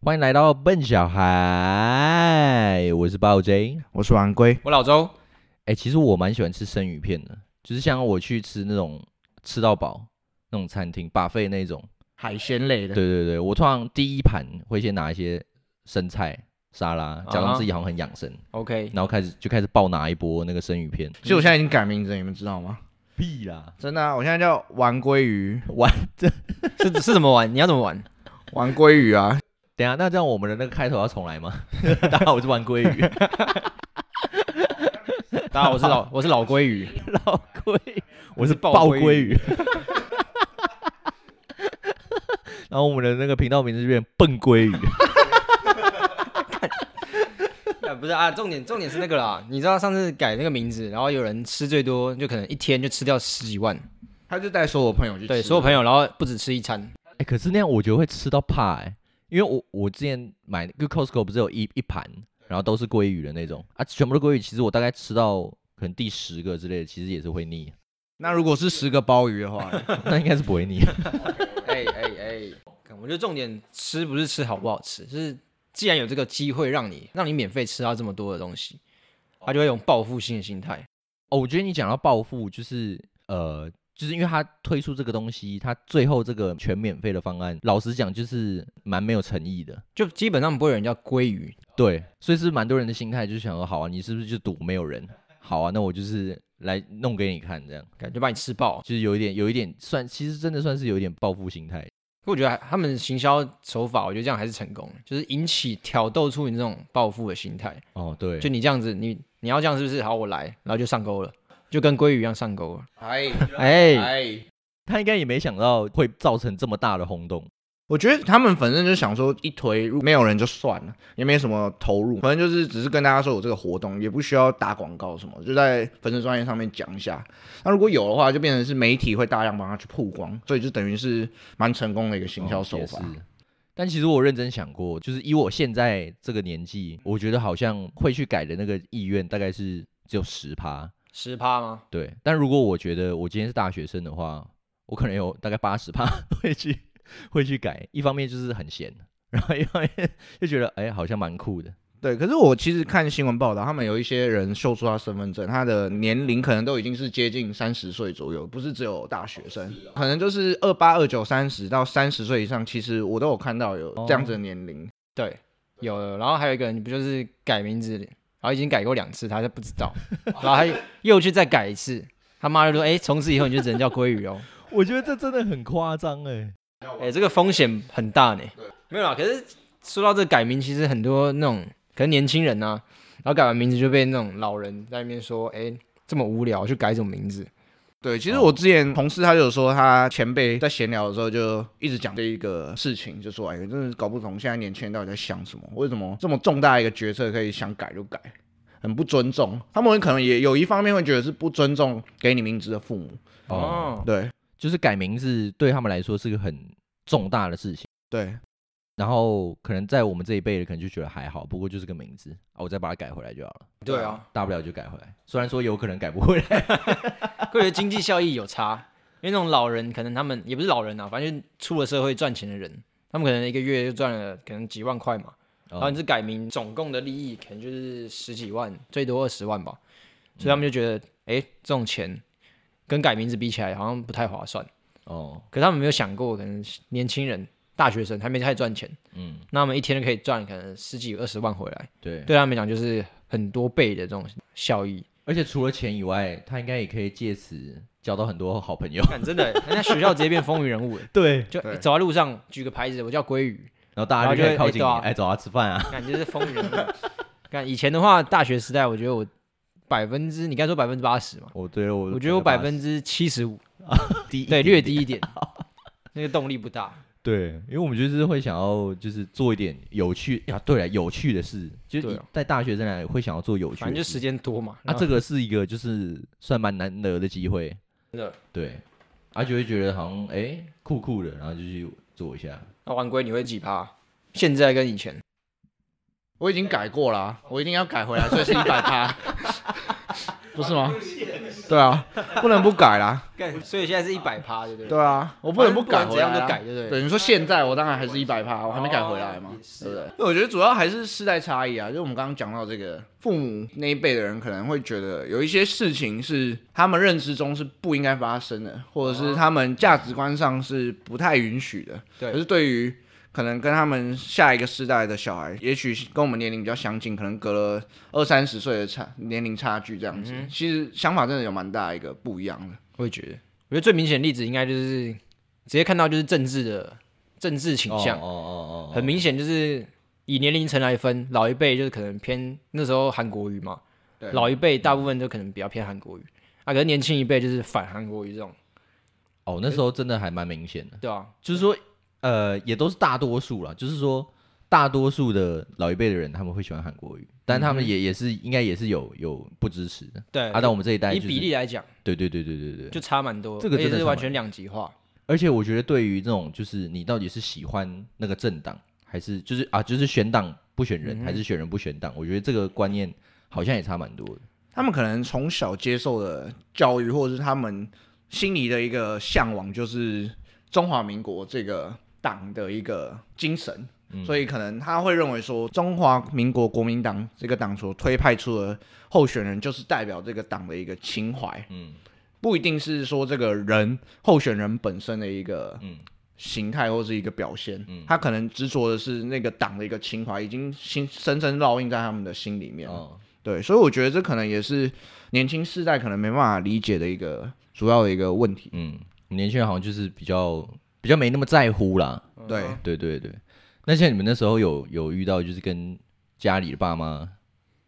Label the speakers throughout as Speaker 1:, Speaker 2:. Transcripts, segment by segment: Speaker 1: 欢迎来到笨小孩，我是暴 J。
Speaker 2: 我是晚归，
Speaker 3: 我老周，
Speaker 1: 哎、其实我蛮喜欢吃生鱼片的，就是像我去吃那种吃到饱那种餐厅，把费那种。
Speaker 3: 海鲜类的
Speaker 1: 对，对对，我通常第一盘会先拿一些生菜沙拉，假
Speaker 3: 啊
Speaker 1: 装
Speaker 3: 哈
Speaker 1: 自己好像很养生，
Speaker 3: ，OK，
Speaker 1: 然后开始就开始爆拿一波那个生鱼片。
Speaker 2: 其实我现在已经改名字了，你们知道吗？
Speaker 1: 屁啦，
Speaker 2: 真的啊、我现在叫玩龟鱼，
Speaker 3: 是是怎么玩？你要怎么玩？
Speaker 2: 玩龟鱼啊，
Speaker 1: 等一下，那这样我们的那个开头要重来吗？ 大家好，我是玩鲑鱼，
Speaker 3: 大家好，我是老我 是老鲑鱼，
Speaker 1: 老鲑，我是
Speaker 3: 爆
Speaker 1: 爆
Speaker 3: 鲑
Speaker 1: 鲑鱼。 然后我们的那个频道名字就变笨鲑鱼，
Speaker 3: 啊不是啊，重点重点是那个啦，你知道上次改那个名字，然后有人吃最多，就可能一天就吃掉十几万，
Speaker 2: 他就带所有朋友去吃，
Speaker 3: 对，所有朋友，然后不止吃一餐，
Speaker 1: 哎、可是那样我觉得会吃到怕哎、因为我我之前买就 Costco 不是有一一盘，然后都是鲑鱼的那种啊，全部都鲑鱼，其实我大概吃到可能第十个之类的，其实也是会腻，
Speaker 2: 那如果是十个鲍鱼的话，
Speaker 1: 那应该是不 会腻。
Speaker 3: 哎哎哎，干我觉得重点吃不是吃好不好吃，是既然有这个机会让你让你免费吃到这么多的东西，他就会用报复性的心态，
Speaker 1: 哦，我觉得你讲到暴富，就是呃，就是因为他推出这个东西，他最后这个全免费的方案，老实讲就是蛮没有诚意的。
Speaker 3: 就基本上不会有人叫鲑鱼，
Speaker 1: 对，所以是蛮多人的心态就是想说，好啊，你是不是就赌没有人？好啊，那我就是来弄给你看，这样
Speaker 3: 感觉把你吃爆。
Speaker 1: 就是有一点，有一点算，其实真的算是有一点暴富心态。
Speaker 3: 可我觉得还他们行销手法，我觉得这样还是成功的，就是引起挑逗出你这种报复的心态。
Speaker 1: 哦，对，
Speaker 3: 就你这样子，你你要这样是不是？好，我来，然后就上钩了，就跟鲑鱼一样上钩了。
Speaker 2: 哎
Speaker 3: 哎、
Speaker 2: 哎，
Speaker 1: 他应该也没想到会造成这么大的轰动。
Speaker 2: 我觉得他们反正就想说一推，如果没有人就算了，也没什么投入，反正就是只是跟大家说有这个活动，也不需要打广告什么，就在粉丝专业上面讲一下。那如果有的话，就变成是媒体会大量帮他去曝光，所以就等于是蛮成功的一个行销
Speaker 1: 哦
Speaker 2: 手
Speaker 1: 也
Speaker 2: 法。
Speaker 1: 是但其实我认真想过，就是以我现在这个年纪，我觉得好像会去改的那个意愿大概是只有十趴。
Speaker 3: 十趴吗？
Speaker 1: 对，但如果我觉得我今天是大学生的话，我可能有大概八十 趴会去会去改。一方面就是很闲，然后一方面就觉得哎、好像蛮酷的。
Speaker 2: 对，可是我其实看新闻报道，他们有一些人秀出他身份证，他的年龄可能都已经是接近三十岁左右，不是只有大学生，
Speaker 1: 哦啊
Speaker 2: 可能就是二八、二九、三十到三十岁以上，其实我都有看到有这样子的年龄。
Speaker 3: 对，有有。然后还有一个人，不就是改名字，然后已经改过两次，他就不知道，然后他又去再改一次，他妈就说：“哎、从此以后你就只能叫鲑鱼哦。”
Speaker 1: 我觉得这真的很夸张哎。
Speaker 3: 哎、这个风险很大呢。没有啦，可是说到这改名，其实很多那种可能年轻人啊，然后改完名字就被那种老人在那边说，哎、这么无聊，去改什么名字？
Speaker 2: 对，
Speaker 3: 哦
Speaker 2: 其实我之前同事他就有说，他前辈在闲聊的时候就一直讲这一个事情，就说哎，真的是搞不懂现在年轻人到底在想什么，为什么这么重大一个决策可以想改就改，很不尊重。他们可能也有一方面会觉得是不尊重给你名字的父母，
Speaker 1: 哦，，
Speaker 2: 对
Speaker 1: 就是改名字对他们来说是个很重大的事情。
Speaker 2: 对。
Speaker 1: 然后可能在我们这一辈的，可能就觉得还好，不过就是个名字啊，我再把它改回来就好了，
Speaker 3: 对啊，
Speaker 1: 大不了就改回来。虽然说有可能改不回来，
Speaker 3: 会觉得经济效益有差，因为那种老人可能他们也不是老人啊，反正就出了社会赚钱的人，他们可能一个月就赚了可能几万块嘛，然后
Speaker 1: 哦
Speaker 3: 啊你这改名，总共的利益可能就是十几万，最多二十万吧，所以他们就觉得，哎、这种钱跟改名字比起来好像不太划算。
Speaker 1: 哦，
Speaker 3: 可是他们没有想过，可能年轻人、大学生还没开始赚钱，
Speaker 1: 嗯，
Speaker 3: 那他们一天就可以赚可能十几、二十万回来，
Speaker 1: 对。
Speaker 3: 对他们讲就是很多倍的这种效益。
Speaker 1: 而且除了钱以外，他应该也可以借此交到很多好朋友。
Speaker 3: 看，真的，人家学校直接变风云人 物了，
Speaker 1: 对，
Speaker 3: 就
Speaker 2: 对
Speaker 3: 走在路上举个牌子，我叫鲑鱼，
Speaker 1: 然后大家
Speaker 3: 然后
Speaker 1: 就
Speaker 3: 就
Speaker 1: 开始
Speaker 3: 会
Speaker 1: 靠近你，
Speaker 3: 哎对啊
Speaker 1: 哎、走啊，吃饭啊。
Speaker 3: 看就是风云人物。 看以前的话，大学时代，我觉得我百分之，你该说百分之八十嘛，
Speaker 1: 我对我，
Speaker 3: 我觉得我百分之七十五，
Speaker 1: 低，
Speaker 3: 对，略 低一点，那个动力不大。
Speaker 1: 对，因为我们就是会想要就是做一点有趣啊，对了，有趣的事，就是
Speaker 3: 对
Speaker 1: 以
Speaker 3: 啊
Speaker 1: 在大学生来会想要做有趣
Speaker 3: 反正
Speaker 1: 的
Speaker 3: 就
Speaker 1: 事
Speaker 3: 时。间多嘛，
Speaker 1: 啊，
Speaker 3: 然后
Speaker 1: 这个是一个就是算蛮难得的机会，
Speaker 3: 真的。
Speaker 1: 对，啊就会觉得好像哎、酷酷的，然后就去做一下。
Speaker 3: 那玩龟你会几趴？现在跟 以前。
Speaker 2: 我已经改过了啊、我一定要改回来，所以是一百趴，不是吗？ 对啊，不能不改啦。
Speaker 3: 干所以现在是一百趴，对不对？
Speaker 2: 对啊，我不能
Speaker 3: 反正不
Speaker 2: 改
Speaker 3: 管
Speaker 2: 回
Speaker 3: 怎
Speaker 2: 来、
Speaker 3: 样
Speaker 2: 啊，
Speaker 3: 都改对不对
Speaker 2: 对，你说现在我当然还是一百趴，我还没改回来嘛，
Speaker 3: 哦也是
Speaker 2: 对不对？那啊我觉得主要还是世代差异啊，就是我们刚刚讲到这个，父母那一辈的人可能会觉得有一些事情是他们认知中是不应该发生的，或者是他们价值观上是不太允许的。
Speaker 3: 对
Speaker 2: 可是哦对于可能跟他们下一个世代的小孩，也许跟我们年龄比较相近，可能隔了二三十岁的差年龄差距这样子，其实想法真的有蛮大一个不一样的。
Speaker 3: 我也觉得，我觉得最明显的例子应该就是直接看到就是政治的政治倾向，
Speaker 1: 哦哦哦，
Speaker 3: 很明显就是以年龄层来分，老一辈就是可能偏那时候韩国语嘛，
Speaker 2: 对
Speaker 3: 老一辈大部分都可能比较偏韩国语啊，可是年轻一辈就是反韩国语这种，
Speaker 1: 哦，那时候真的还蛮明显的，
Speaker 3: 对啊，
Speaker 1: 就是说，呃，也都是大多数啦，就是说，大多数的老一辈的人他们会喜欢韩国语，但他
Speaker 3: 嗯
Speaker 1: 们也、也是应该也是有有不支持的。
Speaker 3: 对
Speaker 1: 啊，但我们这一代、
Speaker 3: 呃以
Speaker 1: 就是、
Speaker 3: 比例来讲
Speaker 1: 对对对对对对，
Speaker 3: 就差蛮多，
Speaker 1: 这个
Speaker 3: 而且
Speaker 1: 真的
Speaker 3: 是
Speaker 1: 差
Speaker 3: 完
Speaker 1: 蛮
Speaker 3: 全两极化，
Speaker 1: 而且我觉得对于这种就是你到底是喜欢那个政党，还是就是啊，就是选党不选
Speaker 3: 嗯
Speaker 1: 人，还是选人不选党，我觉得这个观念好像也差蛮多的。
Speaker 2: 他们可能从小接受的教育，或者是他们心里的一个向往，就是中华民国这个党的一个精神，
Speaker 1: 嗯
Speaker 2: 所以可能他会认为说，中华民国国民党这个党所推派出的候选人，就是代表这个党的一个情怀，
Speaker 1: 嗯
Speaker 2: 不一定是说这个人候选人本身的一个
Speaker 1: 嗯
Speaker 2: 形态或是一个表现，
Speaker 1: 嗯
Speaker 2: 他可能执着的是那个党的一个情怀，已经心深深烙印在他们的心里面了。
Speaker 1: 哦，
Speaker 2: 对，所以我觉得这可能也是年轻世代可能没办法理解的一个主要的一个问题。
Speaker 1: 嗯，年轻人好像就是比较比较没那么在乎啦。
Speaker 2: 对，
Speaker 1: 对对对，那像你们那时候有有遇到就是跟家里的爸妈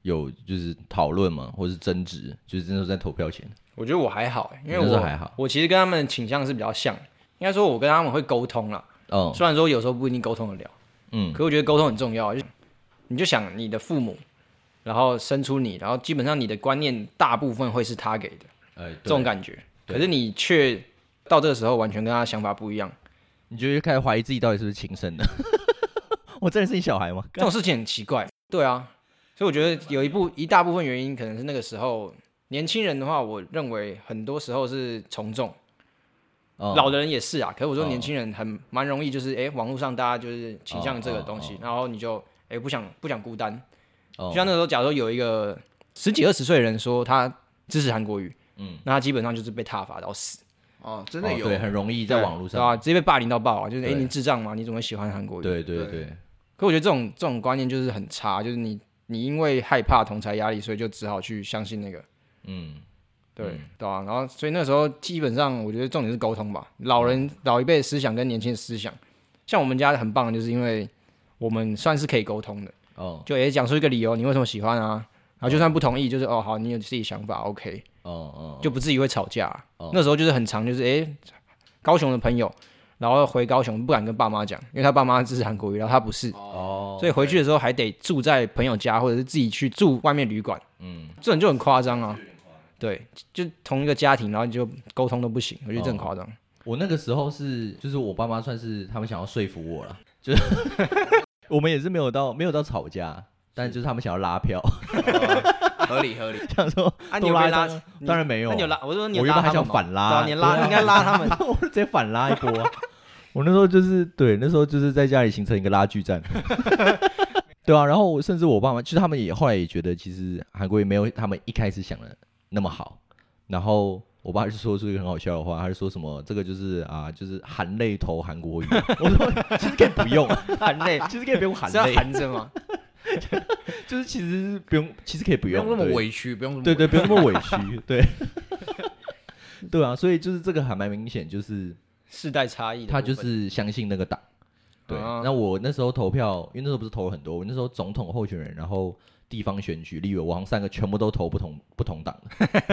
Speaker 1: 有就是讨论嘛，或是争执，就是那时候在投票前，
Speaker 3: 我觉得我还好，欸因为
Speaker 1: 你那时
Speaker 3: 我
Speaker 1: 候还好
Speaker 3: 我其实跟他们的倾向是比较像，应该说我跟他们会沟通啦，
Speaker 1: 哦，
Speaker 3: 虽然说有时候不一定沟通得了。
Speaker 1: 嗯
Speaker 3: 可我觉得沟通很重要，啊就你就想你的父母，然后生出你，然后基本上你的观念大部分会是他给的
Speaker 1: 哎，
Speaker 3: 这种
Speaker 1: 感，
Speaker 3: 感觉，
Speaker 1: 对
Speaker 3: 可是你却到这个时候完全跟他想法不一样，
Speaker 1: 你就会开始怀疑自己到底是不是亲生的。 我真的是你小孩吗？
Speaker 3: 这种事情很奇怪。对啊，所以我觉得有一部一大部分原因可能是那个时候年轻人的话，我认为很多时候是从众，
Speaker 1: 哦
Speaker 3: 老的人也是啊。可是我说
Speaker 1: 哦
Speaker 3: 年轻人很蛮容易就是哎、网络上大家就是倾向这个
Speaker 1: 哦
Speaker 3: 东西，
Speaker 1: 哦
Speaker 3: 然后你就哎、不想不想孤单，
Speaker 1: 哦
Speaker 3: 就像那时候，假如说有一个十几二十岁的人说他支持韩国语，
Speaker 1: 嗯
Speaker 3: 嗯，那他基本上就是被踏伐到死，
Speaker 2: 哦，真
Speaker 1: 哦对，很容易在网络
Speaker 3: 对吧、
Speaker 1: 上，
Speaker 3: 啊？直接被霸凌到爆啊！就是哎、
Speaker 1: 对
Speaker 3: 你智障吗？你怎么会喜欢韩国语？。
Speaker 1: 对对
Speaker 2: 对
Speaker 1: 对，
Speaker 3: 可我觉得这种这种观念就是很差，就是你你因为害怕同才压力，所以就只好去相信那个，
Speaker 1: 嗯
Speaker 3: 对、对啊？然后所以那时候基本上我觉得重点是沟通吧，老
Speaker 1: 嗯
Speaker 3: 人老一辈的思想跟年轻的思想，像我们家很棒，就是因为我们算是可以沟通的，
Speaker 1: 哦
Speaker 3: 就也讲出一个理由，你为什么喜欢啊？然后就算不同意，就是哦好，你有自己想法，OK。
Speaker 1: 哦哦，
Speaker 3: 就不至于会吵架、啊
Speaker 1: 哦
Speaker 3: 那时候就是很常就是哎、诶高雄的朋友，然后回高雄不敢跟爸妈讲，因为他爸妈支持韩国瑜，然后他不是，
Speaker 1: 哦，
Speaker 3: 所以回去的时候还得住在朋友家，或者是自己去住外面旅馆，
Speaker 1: 嗯，
Speaker 3: 这种就很夸张啊。对，就就同一个家庭，然后你就沟通都不行，我觉得这很夸张。
Speaker 1: 我那个时候是，就是我爸妈算是他们想要说服我 了，就是 我们也是没有到没有到吵架，但就是他们想要拉票，
Speaker 2: 合理 合理。
Speaker 1: 想说
Speaker 3: 啊
Speaker 1: 多
Speaker 3: 你有
Speaker 1: 拉
Speaker 3: 被
Speaker 1: 一
Speaker 3: 拉
Speaker 1: 张
Speaker 3: 你
Speaker 1: 当然没有，啊
Speaker 3: 那你有
Speaker 2: 啊
Speaker 3: 拉？我说你有
Speaker 1: 我原
Speaker 3: 拉
Speaker 1: 本
Speaker 3: 他
Speaker 1: 还想
Speaker 3: 们吗
Speaker 1: 反拉，哎
Speaker 3: 对啊，你拉
Speaker 1: 对
Speaker 3: 你应该拉他们。
Speaker 1: 我就直接反拉一波啊、我那时候就是对，那时候就是在家里形成一个拉锯战， 对啊。然后我甚至我爸妈，其实他们也后来也觉得，其实韩国也没有他们一开始想的那么好。然后我爸就说出一个很好笑的话，他就说什么这个就是啊，就是含泪投韩国语。 我说其实可以不用，啊
Speaker 3: 含泪，
Speaker 1: 其实可以不用含
Speaker 3: 是要
Speaker 1: 泪，
Speaker 3: 含着吗？
Speaker 1: 就是其实是不用，其实可以不
Speaker 2: 不
Speaker 1: 用，
Speaker 2: 用那么
Speaker 1: 对
Speaker 2: 委屈，不用那么
Speaker 1: 对
Speaker 2: 委屈
Speaker 1: 对，不用那么委 屈，对。 对啊，所以就是这个还蛮明显，就是
Speaker 3: 世代差异的部
Speaker 1: 他
Speaker 3: 分，
Speaker 1: 就是相信那个党。对，
Speaker 3: 啊
Speaker 1: 那我那时候投票，因为那时候不是投了很多，我那时候总统候选人，然后地方选举、立委，我好像三个全部都投不同不同党的。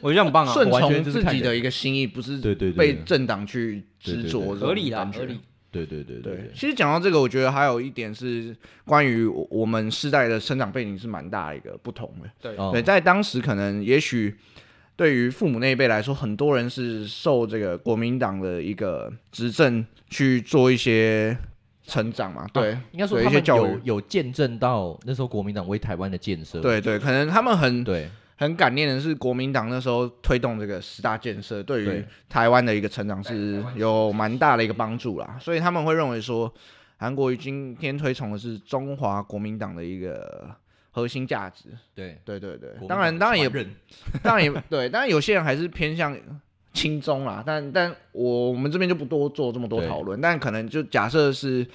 Speaker 3: 我觉得很棒啊，
Speaker 2: 顺
Speaker 1: 完
Speaker 2: 从
Speaker 1: 全就是
Speaker 2: 自
Speaker 1: 看
Speaker 2: 己
Speaker 1: 人
Speaker 2: 的一个心意，不是
Speaker 1: 对对对
Speaker 2: 被
Speaker 1: 对
Speaker 2: 政党去执
Speaker 1: 对对对
Speaker 2: 着这
Speaker 3: 合
Speaker 2: 种
Speaker 3: 理啦
Speaker 2: 感，觉
Speaker 3: 合理。
Speaker 1: 对对对对
Speaker 2: 对
Speaker 1: 对，，
Speaker 2: 其实讲到这个，我觉得还有一点是关于我我们世代的生长背景是蛮大的一个不同的。
Speaker 3: 对
Speaker 1: 哦
Speaker 2: 对，在当时可能也许对于父母那一辈来说，很多人是受这个国民党的一个执政去做一些成长嘛，对，
Speaker 1: 啊应该说
Speaker 2: 对
Speaker 1: 他
Speaker 2: 一些
Speaker 1: 们
Speaker 2: 教
Speaker 1: 有
Speaker 2: 育，
Speaker 1: 有见证到那时候国民党为台湾的建设。
Speaker 2: 对对，可能他们很
Speaker 1: 对
Speaker 2: 很感念的是，国民党那时候推动这个十大建设，对于
Speaker 1: 对
Speaker 2: 台湾的一个成长是有蛮大的一个帮助啦。所以他们会认为说，韩国瑜今天推崇的是中华国民党的一个核心价值。
Speaker 1: 对，
Speaker 2: 对对对，当然当然也当然也 对，当然有些人还是偏向轻中啦，但但我我们这边就不多做这么多
Speaker 1: 对
Speaker 2: 讨论，但可能就假设是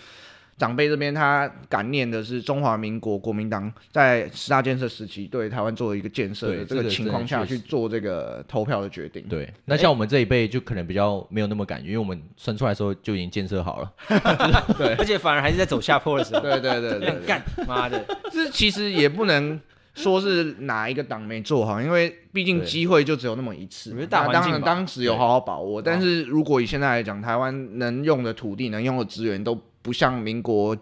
Speaker 2: 长辈这边他感念的是中华民国国民党在十大建设时期对台湾作为一个建设的
Speaker 1: 对
Speaker 2: 这
Speaker 1: 这个
Speaker 2: 个情况下
Speaker 1: 真的确
Speaker 2: 去
Speaker 1: 实
Speaker 2: 做这个投票的决定。
Speaker 1: 对，那像我们这一辈就可能比较没有那么感觉，因为我们生出来的时候就已经建设好了。
Speaker 3: 而且反而还是在走下坡的时候，
Speaker 2: 对对对对对，
Speaker 3: 干妈的，
Speaker 2: 这其实也不能说是哪一个党没做好，因为毕竟
Speaker 1: 对
Speaker 2: 机会就只有那么一次
Speaker 3: 我
Speaker 2: 嘛
Speaker 3: 觉。得大
Speaker 2: 那
Speaker 3: 环
Speaker 2: 当
Speaker 3: 境
Speaker 2: 然
Speaker 3: 吧啊
Speaker 2: 当时有
Speaker 1: 对
Speaker 2: 好好把握，但是如果以现在来讲，台湾能用的土地、能用的资源都不像民国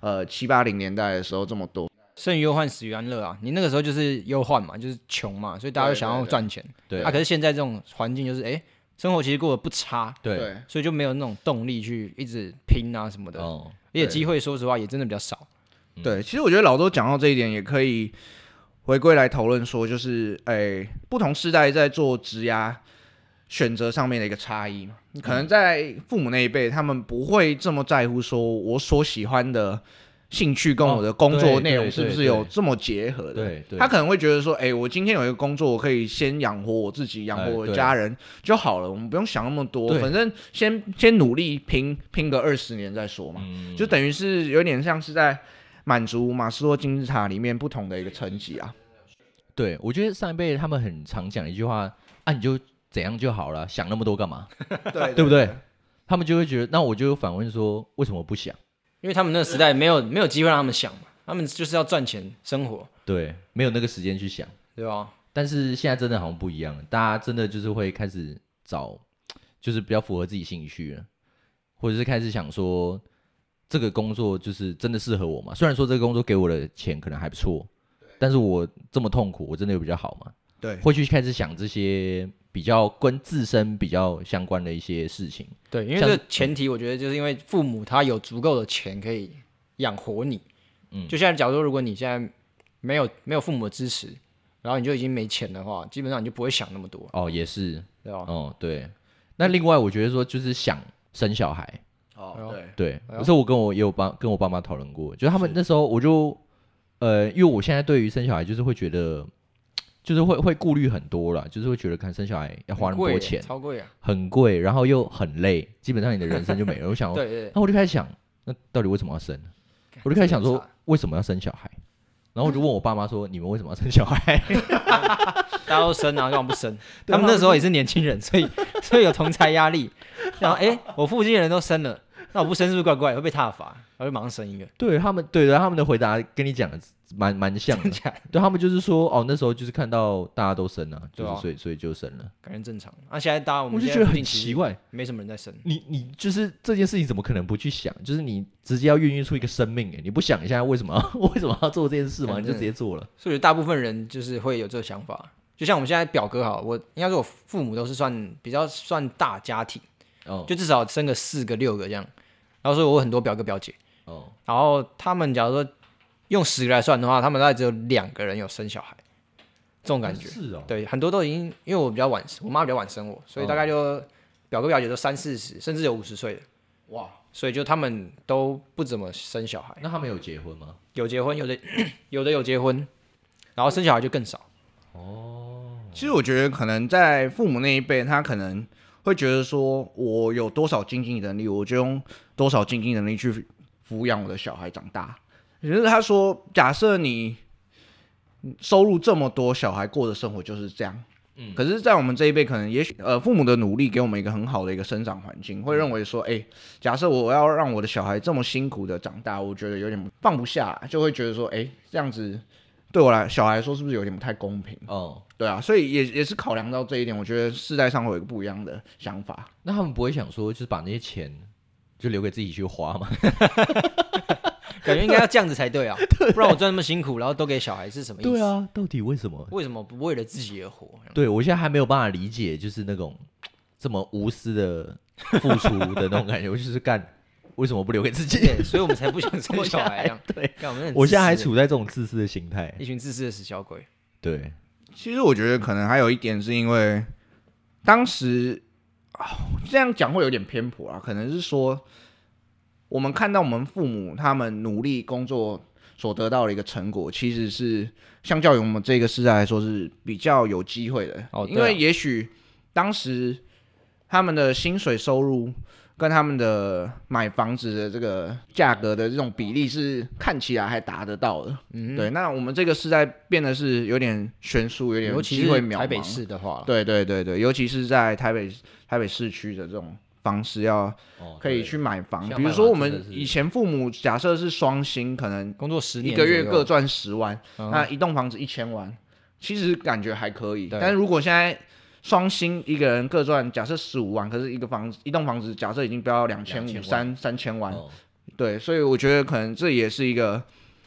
Speaker 2: 呃七八零年代的时候这么多。
Speaker 3: 生于忧患，死于安乐啊！你那个时候就是忧患嘛，就是穷嘛，所以大家
Speaker 2: 对
Speaker 3: 都想要
Speaker 2: 对对
Speaker 3: 赚钱。
Speaker 1: 对
Speaker 3: 啊，可是现在这种环境就是，哎，生活其实过得不差，
Speaker 1: 对，
Speaker 3: 所以就没有那种动力去一直拼啊什么的，而
Speaker 1: 哦，
Speaker 3: 且
Speaker 2: 对
Speaker 3: 机会说实话也真的比较少。
Speaker 1: 嗯
Speaker 2: 对，其实我觉得老周讲到这一点，也可以回归来讨论说，就是诶、不同世代在做职涯选择上面的一个差异嘛。可
Speaker 1: 嗯
Speaker 2: 能在父母那一辈，他们不会这么在乎说我所喜欢的兴趣跟我的工
Speaker 1: 哦
Speaker 2: 作
Speaker 1: 对
Speaker 2: 内容
Speaker 1: 对
Speaker 2: 是不
Speaker 1: 对
Speaker 2: 是有
Speaker 1: 对
Speaker 2: 这么结合的。
Speaker 1: 对对，
Speaker 2: 他可能会觉得说，哎、我今天有一个工作，我可以先养活我自己，养活
Speaker 1: 哎
Speaker 2: 我的
Speaker 1: 对
Speaker 2: 家人就好了，我们不用想那么多，
Speaker 1: 对
Speaker 2: 反正先先努力拼拼个二十年再说嘛。
Speaker 1: 嗯
Speaker 2: 就等于是有点像是在满足马斯洛金字塔里面不同的一个层级 啊。
Speaker 1: 对，我觉得上一辈他们很常讲一句话，啊，你就怎样就好了，想那么多干嘛？
Speaker 2: 对
Speaker 1: 对不对？他们就会觉得，那我就反问说，为什么不想？
Speaker 3: 因为他们那个时代没有没有机会让他们想嘛，他们就是要赚钱生活，
Speaker 1: 对，没有那个时间去想。
Speaker 3: 对吧？
Speaker 1: 但是现在真的好像不一样了，大家真的就是会开始找，就是比较符合自己兴趣了，或者是开始想说这个工作就是真的适合我嘛？虽然说这个工作给我的钱可能还不错，但是我这么痛苦，我真的有比较好吗？
Speaker 2: 对
Speaker 1: 会去开始想这些比较跟自身比较相关的一些事情。
Speaker 3: 对，因为这
Speaker 1: 像
Speaker 3: 个前提，我觉得就是因为父母他有足够的钱可以养活你。
Speaker 1: 嗯
Speaker 3: 就现在，假如说如果你现在没有没有父母的支持，然后你就已经没钱的话，基本上你就不会想那么多，
Speaker 1: 哦，也是，
Speaker 3: 对吧？
Speaker 1: 哦，对。那另外，我觉得说就是想生小孩，
Speaker 2: 哦对
Speaker 1: 对，
Speaker 3: 哎
Speaker 1: 可
Speaker 3: 呦
Speaker 1: 是我跟我也有爸跟我爸妈讨论过，就是他们那时候我就呃，因为我现在对于生小孩就是会觉得，就是会会顾虑很多啦，就是会觉得看生小孩要花那么
Speaker 3: 贵
Speaker 1: 多
Speaker 3: 耶
Speaker 1: 钱，
Speaker 3: 超贵啊！
Speaker 1: 很贵，然后又很累，基本上你的人生就没了。我想，
Speaker 3: 对对，对
Speaker 1: 那我就开始想，那到底为什么要生？我就开始想 说，，为什么要生小孩？然后我就问我爸妈说，你们为什么要生小孩？
Speaker 3: 大家都生啊，干嘛 不生？他们那时候也是年轻人，所以 所以有同才压力。然后哎、诶我附近的人都生了，那我不生是不是怪怪？会被踏伐，然后就马上生一个。
Speaker 1: 对他们，对的，他们的回答跟你讲的蛮蛮像的
Speaker 3: 真。假的
Speaker 1: 对他们就是说，哦，那时候就是看到大家都生了、就
Speaker 3: 对啊
Speaker 1: 是所以所以就生了，
Speaker 3: 感觉正常。那、现在大家我
Speaker 1: 我
Speaker 3: 们
Speaker 1: 就
Speaker 3: 现
Speaker 1: 觉
Speaker 3: 在
Speaker 1: 得
Speaker 3: 附
Speaker 1: 很
Speaker 3: 近其实
Speaker 1: 奇怪。
Speaker 3: 没什么人在生。
Speaker 1: 你你就是这件事情怎么可能不去想？就是你直接要孕育出一个生命，哎，你不想一下为什么要 为什么要做这件事吗？
Speaker 3: 反
Speaker 1: 你就
Speaker 3: 正
Speaker 1: 直接做了。
Speaker 3: 所以我觉得大部分人就是会有这个想法。就像我们现在表哥好了，我应该说我父母都是算比较算大家庭，
Speaker 1: 哦
Speaker 3: 就至少生个四个六个这样。然后所以我有很多表哥表姐，
Speaker 1: 哦，
Speaker 3: 然后他们假如说用十个来算的话，他们大概只有两个人有生小孩，这种感觉。
Speaker 1: 是哦，
Speaker 3: 对，很多都已经因为我比较晚，我妈比较晚生我，所以大概就表哥表姐都三四十，甚至有五十岁的，
Speaker 2: 哇，
Speaker 3: 所以就他们都不怎么生小孩。
Speaker 1: 那他们有结婚吗？
Speaker 3: 有结婚，有的有的有结婚，然后生小孩就更少。
Speaker 2: 其实我觉得可能在父母那一辈，他可能会觉得说，我有多少经济能力，我就用多少经济能力去抚养我的小孩长大。也就是他说，假设你收入这么多，小孩过的生活就是这样。嗯，可是，在我们这一辈，可能也许呃，父母的努力给我们一个很好的一个生长环境，会认为说，哎、假设我要让我的小孩这么辛苦的长大，我觉得有点放不下，就会觉得说，哎、这样子对我来小孩来说是不是有点不太公平？
Speaker 1: 哦，
Speaker 2: 对啊，所以也也是考量到这一点，我觉得世代上会有一个不一样的想法。
Speaker 1: 那他们不会想说，就是把那些钱就留给自己去花吗？
Speaker 3: 感觉应该要这样子 才对啊，不然我赚那么辛苦，然后都给小孩是什么意思？
Speaker 1: 对，啊，到底为什么？
Speaker 3: 为什么不为了自己 而活？
Speaker 1: 对我现在还没有办法理解，就是那种这么无私的付出的那种感觉，我就是干，为什么不留给自己？
Speaker 3: 对，所以我们才不想生小孩一样。
Speaker 1: 啊 对，
Speaker 3: 干我们很
Speaker 1: 我现在还
Speaker 3: 自私
Speaker 1: 处在这种自私的心态
Speaker 3: 一。群自私的死小鬼。
Speaker 1: 对，
Speaker 2: 其实我觉得可能还有一点是因为当时啊、这样讲会有点偏颇啊，可能是说我们看到我们父母他们努力工作所得到的一个成果，其实是相较于我们这个时代来说是比较有机会的，
Speaker 3: 哦对
Speaker 2: 因
Speaker 3: 啊
Speaker 2: 为也许当时他们的薪水收入。跟他们的呃买房子的这个价格的这种比例是看起来还达得到的，
Speaker 3: 嗯，
Speaker 2: 对，那我们这个时代变得是有点悬殊，有点
Speaker 3: 啊尤其
Speaker 2: 机会
Speaker 3: 是
Speaker 2: 渺茫。
Speaker 3: 台北市的话啦，
Speaker 2: 对对对对，尤其是在台北台北市区的这种方式，要
Speaker 1: 哦
Speaker 2: 可以去买房。
Speaker 1: 像
Speaker 2: 比
Speaker 1: 买房
Speaker 2: 如说我
Speaker 1: 真的
Speaker 2: 们
Speaker 1: 是
Speaker 2: 以前父母假设是双薪，可能
Speaker 3: 工作十
Speaker 2: 一
Speaker 3: 年
Speaker 2: 个月
Speaker 3: 左
Speaker 2: 各
Speaker 3: 右
Speaker 2: 赚十万，
Speaker 3: 嗯
Speaker 2: 那一栋房子一千万，其实感觉还可以。
Speaker 3: 对
Speaker 2: 但是如果现在双薪一个人各赚，假设十五万，可是一个房子一栋房子假设已经飙到两千五、
Speaker 1: 2500
Speaker 2: 三三千
Speaker 3: 嗯
Speaker 2: 万，
Speaker 1: 哦
Speaker 2: 对，所以我觉得可能这也是一个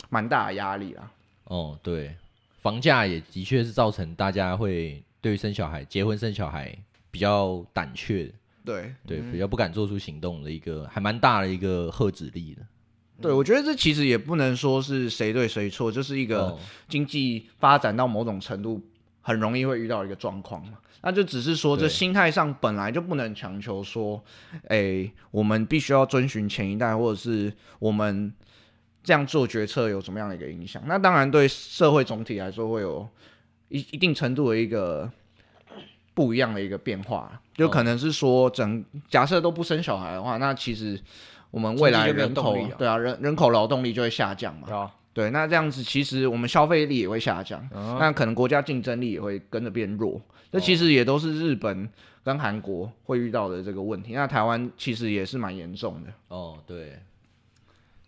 Speaker 2: 蛮大的压力啦。
Speaker 1: 哦，对，房价也的确是造成大家会对于生小孩、结婚生小孩比较胆怯，
Speaker 2: 对，
Speaker 1: 对，比较不敢做出行动的一个还蛮大的一个贺止力的。
Speaker 3: 嗯
Speaker 2: 对，我觉得这其实也不能说是谁对谁错，就是一
Speaker 3: 嗯
Speaker 2: 个
Speaker 1: 哦
Speaker 2: 经济发展到某种程度，很容易会遇到一个状况嘛。那就只是说，这
Speaker 1: 对
Speaker 2: 心态上本来就不能强求说，诶，我们必须要遵循前一代，或者是我们这样做决策有怎么样的一个影响。那当然对社会总体来说会有一一定程度的一个不一样的一个变化，就
Speaker 1: 哦
Speaker 2: 可能是说整假设都不生小孩的话，那其实我们未来
Speaker 3: 经济就没有
Speaker 2: 人口
Speaker 3: 动力了
Speaker 2: 对啊人人口劳动力就会下降嘛
Speaker 3: 对， 吧？
Speaker 2: 对，那这样子其实我们消费力也会下降，
Speaker 1: 哦
Speaker 3: 嗯
Speaker 2: 那可能国家竞争力也会跟着变弱，这其实也都是日本跟韩国会遇到的这个问题。那台湾其实也是蛮严重的，
Speaker 1: 哦，对。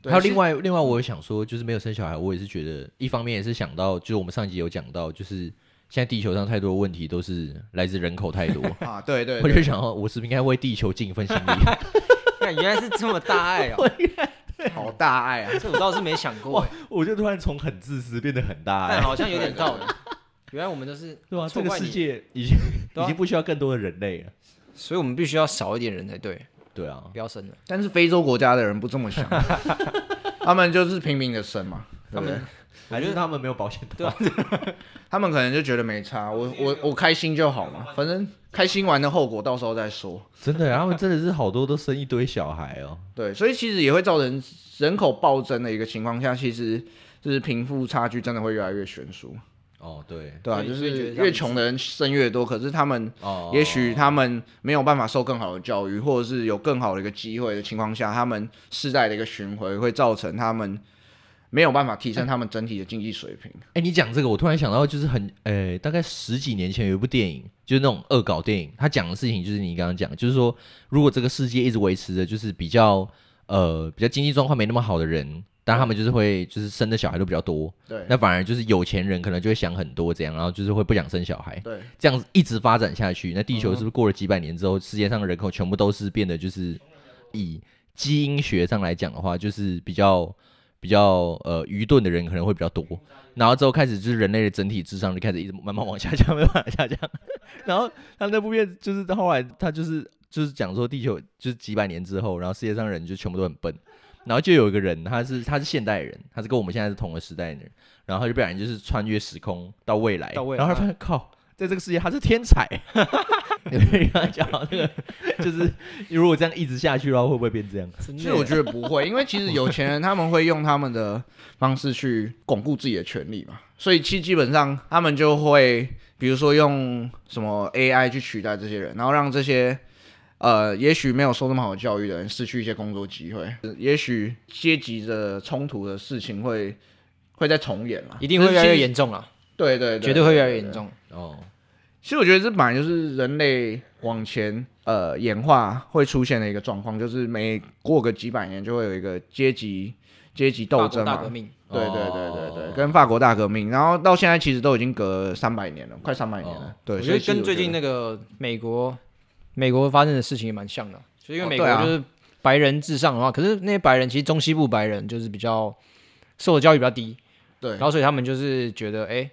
Speaker 2: 对
Speaker 1: 还有另
Speaker 2: 是
Speaker 1: 外，
Speaker 3: 嗯
Speaker 1: 另外我也想说，就是没有生小孩，我也是觉得，一方面也是想到，就是我们上一集有讲到，就是现在地球上太多的问题都是来自人口太多，
Speaker 2: 啊，对对
Speaker 1: 我
Speaker 2: 对
Speaker 1: 就想到，我是不是应该为地球尽一份心力？
Speaker 3: 看啊原来是这么大爱啊！
Speaker 2: 好大爱啊！
Speaker 3: 这我倒是没想过欸，
Speaker 1: 我就突然从很自私变得很大
Speaker 3: 但好像有点道理。原来我们都是
Speaker 1: 哎对吧、啊这
Speaker 3: 错
Speaker 1: 个
Speaker 3: 怪
Speaker 1: 世
Speaker 3: 你，
Speaker 1: 界已经、
Speaker 3: 对啊
Speaker 1: 已经不需要更多的人类了。
Speaker 3: 所以我们必须要少一点人才对，
Speaker 1: 对啊，
Speaker 3: 不要生了。
Speaker 2: 但是非洲国家的人不这 么想，他们就是拼命的生嘛，对
Speaker 3: 他
Speaker 2: 不对
Speaker 3: 们？
Speaker 1: 还是他们没有保险套。
Speaker 3: 对啊
Speaker 2: 他们可能就觉得没差，我我我开心就好嘛，反正开心完的后果到时候再说。
Speaker 1: 真的，啊他们真的是好多都生一堆小孩 哦。
Speaker 2: 对，所以其实也会造成人口暴增的一个情况下，其实就是贫富差距真的会越来越悬殊，
Speaker 1: 哦，对，
Speaker 2: 对吧、啊
Speaker 3: 所以
Speaker 2: 就
Speaker 3: 所以觉得
Speaker 2: 是
Speaker 3: 他们
Speaker 2: 越穷的人生越多，可是他们
Speaker 1: 哦，
Speaker 2: 也许他们没有办法受更好的教育，或者是有更好的一个机会的情况下，他们世代的一个巡回会造成他们没有办法提
Speaker 3: 嗯
Speaker 2: 升他们整体的经济水平。
Speaker 1: 哎、你讲这个，我突然想到，就是很，呃、大概十几年前有一部电影，就是那种恶搞电影，他讲的事情就是你刚刚讲，就是说，如果这个世界一直维持着就是比较，呃，比较经济状况没那么好的人，但他们就是会就是生的小孩都比较多，
Speaker 2: 对
Speaker 1: 那反而就是有钱人可能就会想很多这样，然后就是会不想生小孩，
Speaker 2: 对
Speaker 1: 这样子一直发展下去，那地球是不是过了几百年之后，世界上的人口全部都是变得就是以基因学上来讲的话，就是比较比较呃愚钝的人可能会比较多，然后之后开始就是人类的整体智商就开始一直慢慢往下降，慢慢往下降。 然后他那部片就是后来他就是就是讲说地球就是几百年之后，然后世界上人就全部都很笨，然后就有一个人他是他是现代人，他是跟我们现在是同个时代的人，然后他就不小心就是穿越时空到未来，
Speaker 3: 到未
Speaker 1: 然后
Speaker 3: 来
Speaker 1: 他发现靠。在这个世界，他是天才。 你们刚才讲到那个，就是如果这样一直下去的话，会不会变这样？
Speaker 3: 真
Speaker 2: 其
Speaker 3: 的
Speaker 2: 实我觉得不会，因为其实有钱人他们会用他们的方式去巩固自己的权利嘛，所以其实基本上他们就会，比如说用什么 AI 去取代这些人，然后让这些呃，也许没有受那么好的教育的人失去一些工作机会，也许阶级的冲突的事情会会再重演嘛，
Speaker 3: 一定会越来越
Speaker 2: 其实，
Speaker 3: 严重了，
Speaker 2: 对对
Speaker 3: 绝对会越来越严。重。
Speaker 1: 哦，
Speaker 2: 其实我觉得这本来就是人类往前呃演化会出现的一个状况，就是每过个几百年就会有一个阶级阶级斗
Speaker 3: 法
Speaker 2: 争
Speaker 3: 国大革
Speaker 2: 嘛。
Speaker 3: 命，
Speaker 2: 对对对对对，
Speaker 1: 哦
Speaker 2: 跟法国大革命，然后到现在其实都已经隔三百年了，快三百年了。
Speaker 1: 哦
Speaker 2: 对，
Speaker 3: 我觉
Speaker 2: 所以
Speaker 3: 得
Speaker 2: 其实
Speaker 3: 跟最近
Speaker 2: 我觉
Speaker 3: 那个美国美国发生的事情也蛮像的，就是因为
Speaker 2: 哦
Speaker 3: 美国
Speaker 2: 对啊
Speaker 3: 就是白人至上的话，可是那些白人其实中西部白人就是比较受的教育比较低，
Speaker 2: 得
Speaker 3: 然后所以他们就是觉得哎、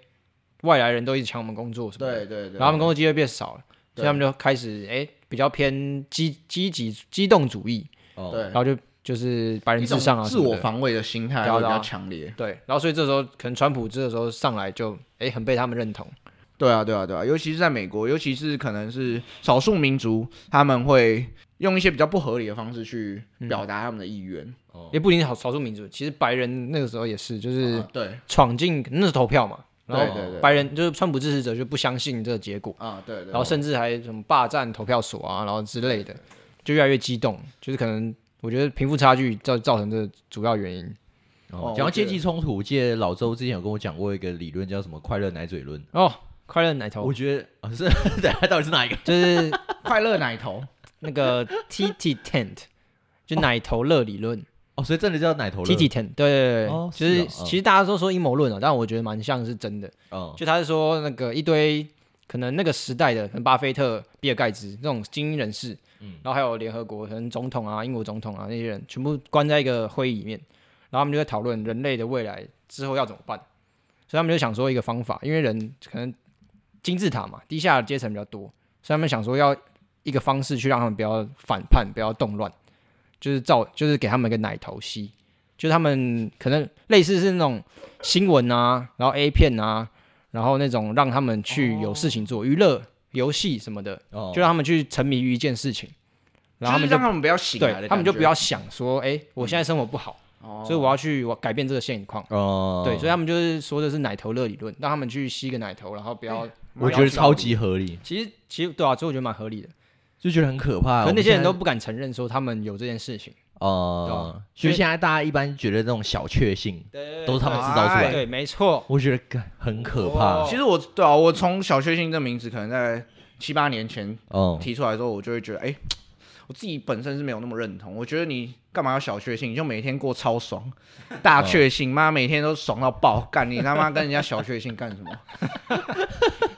Speaker 3: 外来人都一直抢我们工作什么的，
Speaker 2: 对对对对，
Speaker 3: 然后他们工作机会变少了，所
Speaker 2: 对
Speaker 3: 以他们就开始哎、比较偏积积极机动主义，
Speaker 1: 哦，
Speaker 2: 对
Speaker 3: 然后就就是白人
Speaker 2: 一
Speaker 3: 至
Speaker 2: 种
Speaker 3: 上啊，
Speaker 2: 自我。防卫的心态
Speaker 3: 对啊
Speaker 2: 会比
Speaker 3: 对啊
Speaker 2: 较强烈。
Speaker 3: 对，然后所以这时候可能川普这时候上来就哎、很被他们认同，
Speaker 2: 对啊，对啊，对啊，尤其是在美国，尤其是可能是少数民族，他们会用一些比较不合理的方式去
Speaker 3: 嗯
Speaker 2: 表达他们的意愿。
Speaker 1: 哦
Speaker 3: 也不一定少少数民族，其实白人那个时候也是，就是
Speaker 2: 啊对
Speaker 3: 闯进那是投票嘛，然后
Speaker 2: 对对对
Speaker 3: 白人就是川普支持者就不相信这个结果，
Speaker 2: 啊，对对
Speaker 3: 然后甚至还什么霸占投票所啊，然后之类的，就越来越激动，就是可能我觉得贫富差距造造成这主要原因。
Speaker 1: 哦
Speaker 2: 哦
Speaker 1: 讲到
Speaker 2: 我觉
Speaker 1: 阶
Speaker 2: 得
Speaker 1: 级冲突，我记得老周之前有跟我讲过一个理论，叫什么“快乐奶嘴论
Speaker 3: 哦，快乐奶”。头
Speaker 1: 我觉得啊，是 等下到底是哪一个？
Speaker 3: 就是
Speaker 2: 快乐奶头，
Speaker 3: 那个 T T tent，就奶头乐理论。
Speaker 1: 哦，所以真的叫奶头
Speaker 3: ，T
Speaker 1: 论。
Speaker 3: T ten，对对对，
Speaker 1: 哦
Speaker 3: 就是是、
Speaker 1: 哦嗯
Speaker 3: 其实大家都说阴谋论啊，但我觉得蛮像是真的。
Speaker 1: 嗯，
Speaker 3: 就他是说那个一堆可能那个时代的，可能巴菲特、比尔盖茨这种精英人士，
Speaker 1: 嗯
Speaker 3: 然后还有联合国可能总统啊、英国总统啊那些人，全部关在一个会议里面，然后他们就在讨论人类的未来之后要怎么办。所以他们就想说一个方法，因为人可能金字塔嘛，低下阶层比较多，所以他们想说要一个方式去让他们不要反叛、不要动乱，就是造就是给他们一个奶头吸，就是他们可能类似是那种新闻啊，然后 A 片啊，然后那种让他们去有事情做，娱乐、游戏什么的，
Speaker 1: 哦
Speaker 3: 就让他们去沉迷于一件事情，然后
Speaker 2: 就是
Speaker 3: 他
Speaker 2: 让
Speaker 3: 们
Speaker 2: 他们不要醒啊
Speaker 3: 就
Speaker 2: 来的
Speaker 3: 对，他们就
Speaker 2: 感觉
Speaker 3: 不要想说，哎、我现在生活不好，
Speaker 2: 哦
Speaker 3: 所以我要去我改变这个现况。
Speaker 1: 哦，
Speaker 3: 对，所以
Speaker 1: 以
Speaker 3: 他们就是说的是奶头乐理论，让他们去吸个奶头，然后不要。
Speaker 1: 我觉得超级合理，
Speaker 3: 其实其实对啊，所以我觉得蛮合理的。
Speaker 1: 就觉得很可怕。
Speaker 3: 可能那
Speaker 1: 我们
Speaker 3: 些人
Speaker 1: 现在
Speaker 3: 都不敢承认说他们有这件事情。对
Speaker 1: 哦
Speaker 3: 啊，
Speaker 1: 所以
Speaker 3: 所以
Speaker 1: 现在大家一般觉得那种小确幸
Speaker 3: 对
Speaker 1: 都是他们制造出来
Speaker 3: 对
Speaker 1: 的，
Speaker 3: 对，没错。
Speaker 1: 我觉得干很可怕
Speaker 3: 哦。
Speaker 2: 其实我对啊，我从小确幸这名词可能在七八年前
Speaker 1: 哦，
Speaker 2: 提出来之后，我就会觉得，哎、我自己本身是没有那么认同。我觉得你干嘛要小确幸？你就每天过超爽，大确幸，妈每天都爽到爆，干你他妈跟人家小确幸干什么？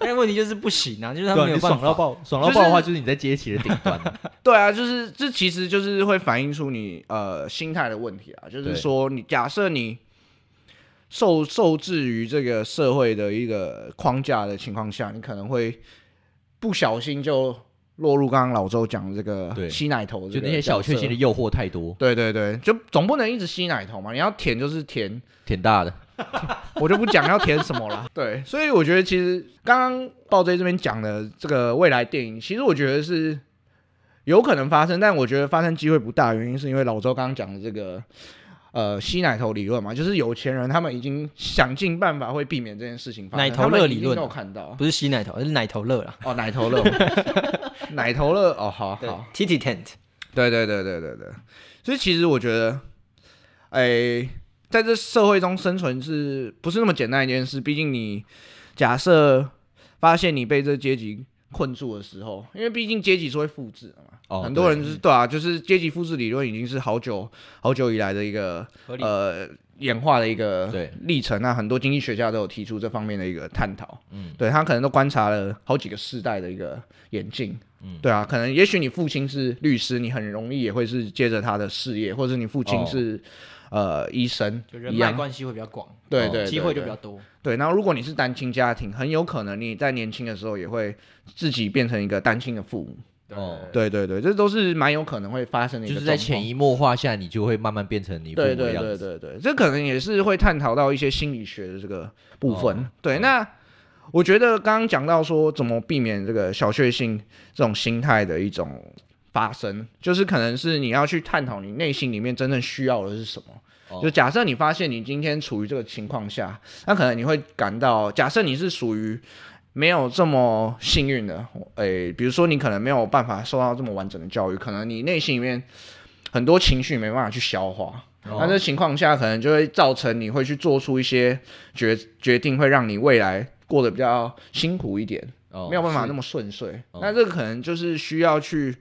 Speaker 3: 但哎问题就是不行啊，就是他
Speaker 1: 对
Speaker 3: 们
Speaker 1: 啊，
Speaker 3: 没有
Speaker 1: 你
Speaker 3: 办
Speaker 1: 爽到
Speaker 3: 法。
Speaker 1: 爆，爽到爆的话，就是你在阶级的顶端 啊。
Speaker 2: 对啊，就是这其实就是会反映出你呃心态的问题啊，就是
Speaker 1: 对
Speaker 2: 说你假设你受受制于这个社会的一个框架的情况下，你可能会不小心就落入刚刚老周讲的这
Speaker 1: 对
Speaker 2: 个吸奶头的
Speaker 1: 就那些小确幸的。诱惑太多，
Speaker 2: 对对对，就总不能一直吸奶头嘛！你要舔就是舔，
Speaker 1: 挺大的。
Speaker 2: 我就不讲要填什么了。 对，所以我觉得其实刚刚鲍 J 这边讲的这个未来电影，其实我觉得是有可能发生，但我觉得发生机会不大，原因是因为老周刚刚讲的这个呃吸奶头理论嘛，就是有钱人他们已经想尽办法会避免这件事情发生。
Speaker 3: 奶头
Speaker 2: 他
Speaker 3: 乐
Speaker 2: 们一定
Speaker 3: 理论啊
Speaker 2: 都有看到
Speaker 3: 不是吸奶头，而是奶头乐啦。
Speaker 2: 哦，奶头 乐，奶头乐哦，好
Speaker 3: 对
Speaker 2: 好，
Speaker 3: ，T T tent。
Speaker 2: 对对对对对对，所以其实我觉得，哎，在这社会中生存是不是那么简单一件事？毕竟你假设发现你被这阶级困住的时候，因为毕竟阶级是会复制的嘛，
Speaker 1: 哦
Speaker 2: 很多人就是对啊，就是阶级复制理论已经是好久好久以来的一个
Speaker 3: 合理
Speaker 2: 呃演化的一个
Speaker 1: 对
Speaker 2: 历程啊，很多经济学家都有提出这方面的一个探讨。嗯，对他可能都观察了好几个世代的一个演进。嗯，对啊，可能也许你父亲是律师，你很容易也会是接着他的事业，或者你父亲
Speaker 1: 哦
Speaker 2: 是、呃医生
Speaker 3: 就人
Speaker 2: 一
Speaker 3: 脉
Speaker 2: 样。
Speaker 3: 关系会比较广，
Speaker 2: 对
Speaker 1: 哦
Speaker 2: 对对，
Speaker 3: 机会就
Speaker 2: 对
Speaker 3: 比较多。
Speaker 2: 对，然后如果你是单亲家庭，很有可能你在年轻的时候也会自己变成一个单亲的父母。
Speaker 1: 哦
Speaker 2: 对对对，这都是蛮有可能会发生的一
Speaker 1: 就
Speaker 2: 个
Speaker 1: 是在
Speaker 2: 状况
Speaker 1: 潜移默化下，你就会慢慢变成你父母
Speaker 2: 对
Speaker 1: 的
Speaker 2: 对
Speaker 1: 样
Speaker 2: 对
Speaker 1: 子。
Speaker 2: 对对，这可能也是会探讨到一些心理学的这个部分。
Speaker 1: 哦
Speaker 2: 对，那我觉得刚刚讲到说怎么避免这个小确幸这种心态的一种发生，就是可能是你要去探讨你内心里面真正需要的是什么。
Speaker 1: 哦
Speaker 2: 就假设你发现你今天处于这个情况下，那可能你会感到，假设你是属于没有这么幸运的，诶、比如说你可能没有办法受到这么完整的教育，可能你内心里面很多情绪没办法去消化。
Speaker 1: 哦
Speaker 2: 那这情况下，可能就会造成你会去做出一些决决定，会让你未来过得比较辛苦一点，
Speaker 1: 哦
Speaker 2: 没有办法那
Speaker 1: 么
Speaker 2: 么顺遂。
Speaker 1: 哦
Speaker 2: 那这个可能就是需要去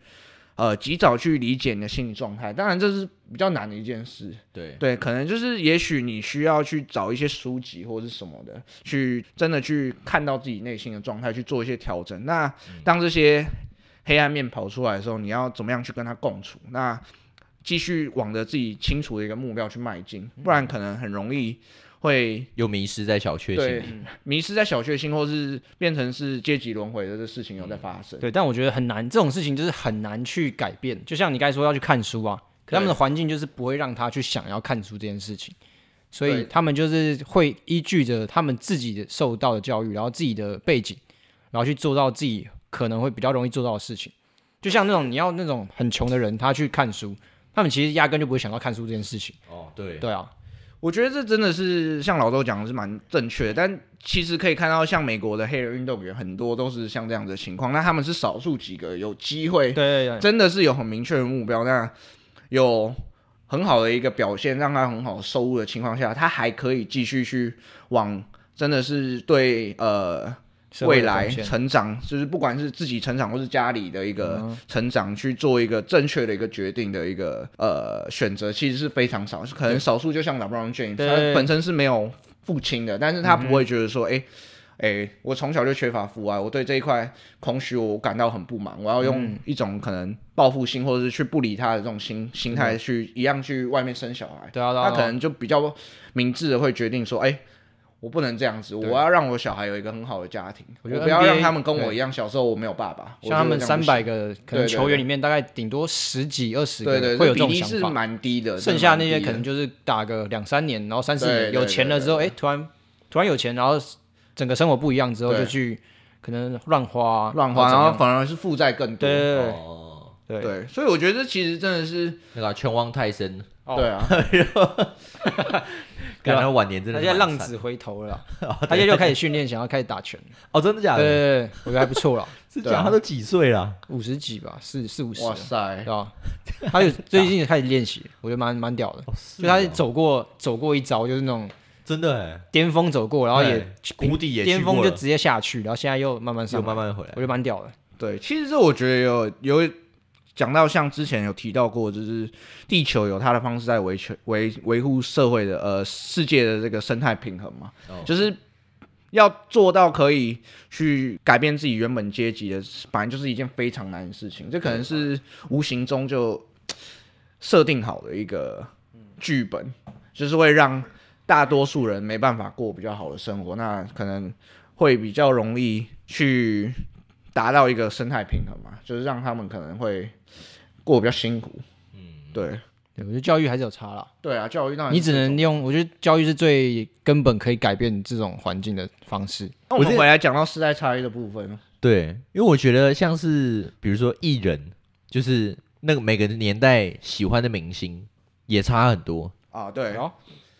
Speaker 2: 呃及早去理解你的心理状态，当然这是比较难的一件事。
Speaker 1: 对。
Speaker 2: 对，可能就是也许你需要去找一些书籍或者是什么的，去真的去看到自己内心的状态，去做一些调整。那当这些黑暗面跑出来的时候，你要怎么样去跟它共处？那继续往着自己清楚的一个目标去迈进，不然可能很容易会
Speaker 1: 又迷失在小确
Speaker 2: 对
Speaker 1: 幸。
Speaker 2: 迷失在小确幸，或是变成是阶级轮回的这事情有在发生。
Speaker 3: 对，但我觉得很难，这种事情就是很难去改变。就像你刚才说要去看书啊，可
Speaker 2: 对
Speaker 3: 他们的环境就是不会让他去想要看书这件事情，所以
Speaker 2: 对
Speaker 3: 他们就是会依据着他们自己的受到的教育，然后自己的背景，然后去做到自己可能会比较容易做到的事情。就像那种你要那种很穷的人，他去看书，他们其实压根就不会想到看书这件事情。
Speaker 1: 哦，对，
Speaker 3: 对啊，
Speaker 2: 我觉得这真的是像老周讲的是蛮正确的，但其实可以看到，像美国的黑人运动员很多都是像这样的情况，那他们是少数几个有机会
Speaker 3: 对，对对，
Speaker 2: 真的是有很明确的目标，那有很好的一个表现，让他很好的收入的情况下，他还可以继续去往真的是对呃
Speaker 3: 社会
Speaker 2: 未
Speaker 3: 的
Speaker 2: 来
Speaker 3: 贡献
Speaker 2: 成长，就是不管是自己成长或是家里的一
Speaker 3: 嗯
Speaker 2: 个成长，去做一个正确的一个决定的一个呃选择，其实是非常少，是可能少数，就像 LeBron James，
Speaker 3: 对
Speaker 2: 他
Speaker 3: 嗯
Speaker 2: 本身是没有父亲的，但是他不会觉得说，哎、哎、我从小就缺乏父爱，我对这一块空虚，我感到很不满。我要
Speaker 3: 嗯
Speaker 2: 用一种可能报复心，或者是去不理他的这种心心态，去一样去外面生小孩。
Speaker 3: 对啊，对啊，
Speaker 2: 他
Speaker 3: 对啊
Speaker 2: 可能就比较明智的会决定说，哎、我不能这样子，
Speaker 3: 对
Speaker 2: 我要让我小孩有一个很好的家庭，我
Speaker 3: 我觉得
Speaker 2: 不要
Speaker 3: NBA
Speaker 2: 让他们跟我一样，小时候我没有爸爸。
Speaker 3: 像他们
Speaker 2: 我觉得这样
Speaker 3: 三
Speaker 2: 不行，
Speaker 3: 百个可
Speaker 2: 对
Speaker 3: 能
Speaker 2: 对
Speaker 3: 球员里面，大概顶多十几二十个
Speaker 2: 对对，
Speaker 3: 会有这
Speaker 2: 比
Speaker 3: 种
Speaker 2: 例
Speaker 3: 想
Speaker 2: 是
Speaker 3: 法。
Speaker 2: 蛮低的，
Speaker 3: 剩下那
Speaker 2: 真的蛮
Speaker 3: 些
Speaker 2: 低的
Speaker 3: 可能就是打个两三年，然后三四
Speaker 2: 对
Speaker 3: 年
Speaker 2: 对
Speaker 3: 有钱了之后，
Speaker 2: 对
Speaker 3: 哎，突然突然有钱，然后整个生活不一样之后，
Speaker 2: 对
Speaker 3: 就去可能乱花啊
Speaker 2: 乱花，然
Speaker 3: 怎
Speaker 2: 后
Speaker 3: 样
Speaker 2: 反而是负债更多。
Speaker 3: 对对对
Speaker 1: 哦，
Speaker 3: 对
Speaker 2: 对，所以我觉得这其实真的是，
Speaker 1: 那个啊拳王泰森，
Speaker 3: 哦
Speaker 2: 对 啊，
Speaker 1: 感
Speaker 3: 啊
Speaker 1: 觉晚年真
Speaker 3: 他
Speaker 1: 的
Speaker 3: 现
Speaker 1: 是
Speaker 3: 在
Speaker 1: 蛮
Speaker 3: 浪
Speaker 1: 惨
Speaker 3: 子回头 了啦，
Speaker 2: 哦
Speaker 3: 他现在又开始训练，想要开始打拳。
Speaker 1: 哦，真的假
Speaker 3: 对
Speaker 1: 的？
Speaker 3: 对对，我觉得还不错了，
Speaker 1: 是
Speaker 2: 对啊
Speaker 1: 讲他都几岁了？
Speaker 3: 五十几吧，四四五十
Speaker 2: 哇
Speaker 3: 了，
Speaker 2: 塞
Speaker 3: 对，吧？他有最近也开始练习，我觉得蛮蛮屌的。
Speaker 1: 哦，是
Speaker 3: 就他
Speaker 1: 哦
Speaker 3: 走过走过一遭，就是那种
Speaker 1: 真的哎，
Speaker 3: 巅峰走过，然后也
Speaker 1: 对谷底也去
Speaker 3: 巅峰
Speaker 1: 过
Speaker 3: 就
Speaker 1: 了
Speaker 3: 直接下去，然后现在又慢慢上
Speaker 1: 又
Speaker 3: 来，
Speaker 1: 慢慢回
Speaker 3: 我
Speaker 1: 来
Speaker 3: 觉。得蛮屌的。
Speaker 2: 对，其实这我觉得有有讲到，像之前有提到过，就是地球有它的方式在维权维维护社会的呃世界的这个生态平衡嘛，
Speaker 1: 哦
Speaker 2: 就是要做到可以去改变自己原本阶级的，反正就是一件非常难的事情。这可能是无形中就设定好的一个剧本，就是会让大多数人没办法过比较好的生活，那可能会比较容易去达到一个生态平衡嘛，就是让他们可能会过得比较辛苦。嗯，对，
Speaker 3: 对，我觉得教育还是有差啦，
Speaker 2: 对啊，教育当然
Speaker 3: 你
Speaker 2: 是
Speaker 3: 只
Speaker 2: 这
Speaker 3: 能
Speaker 2: 种。
Speaker 3: 用，我觉得教育是最根本可以改变这种环境的方式。
Speaker 1: 我
Speaker 2: 那我们
Speaker 1: 之前
Speaker 2: 回来讲到世代差异的部分，
Speaker 1: 对，因为我觉得像是比如说艺人，就是那个每个年代喜欢的明星也差很多。
Speaker 2: 啊，对，
Speaker 3: 然后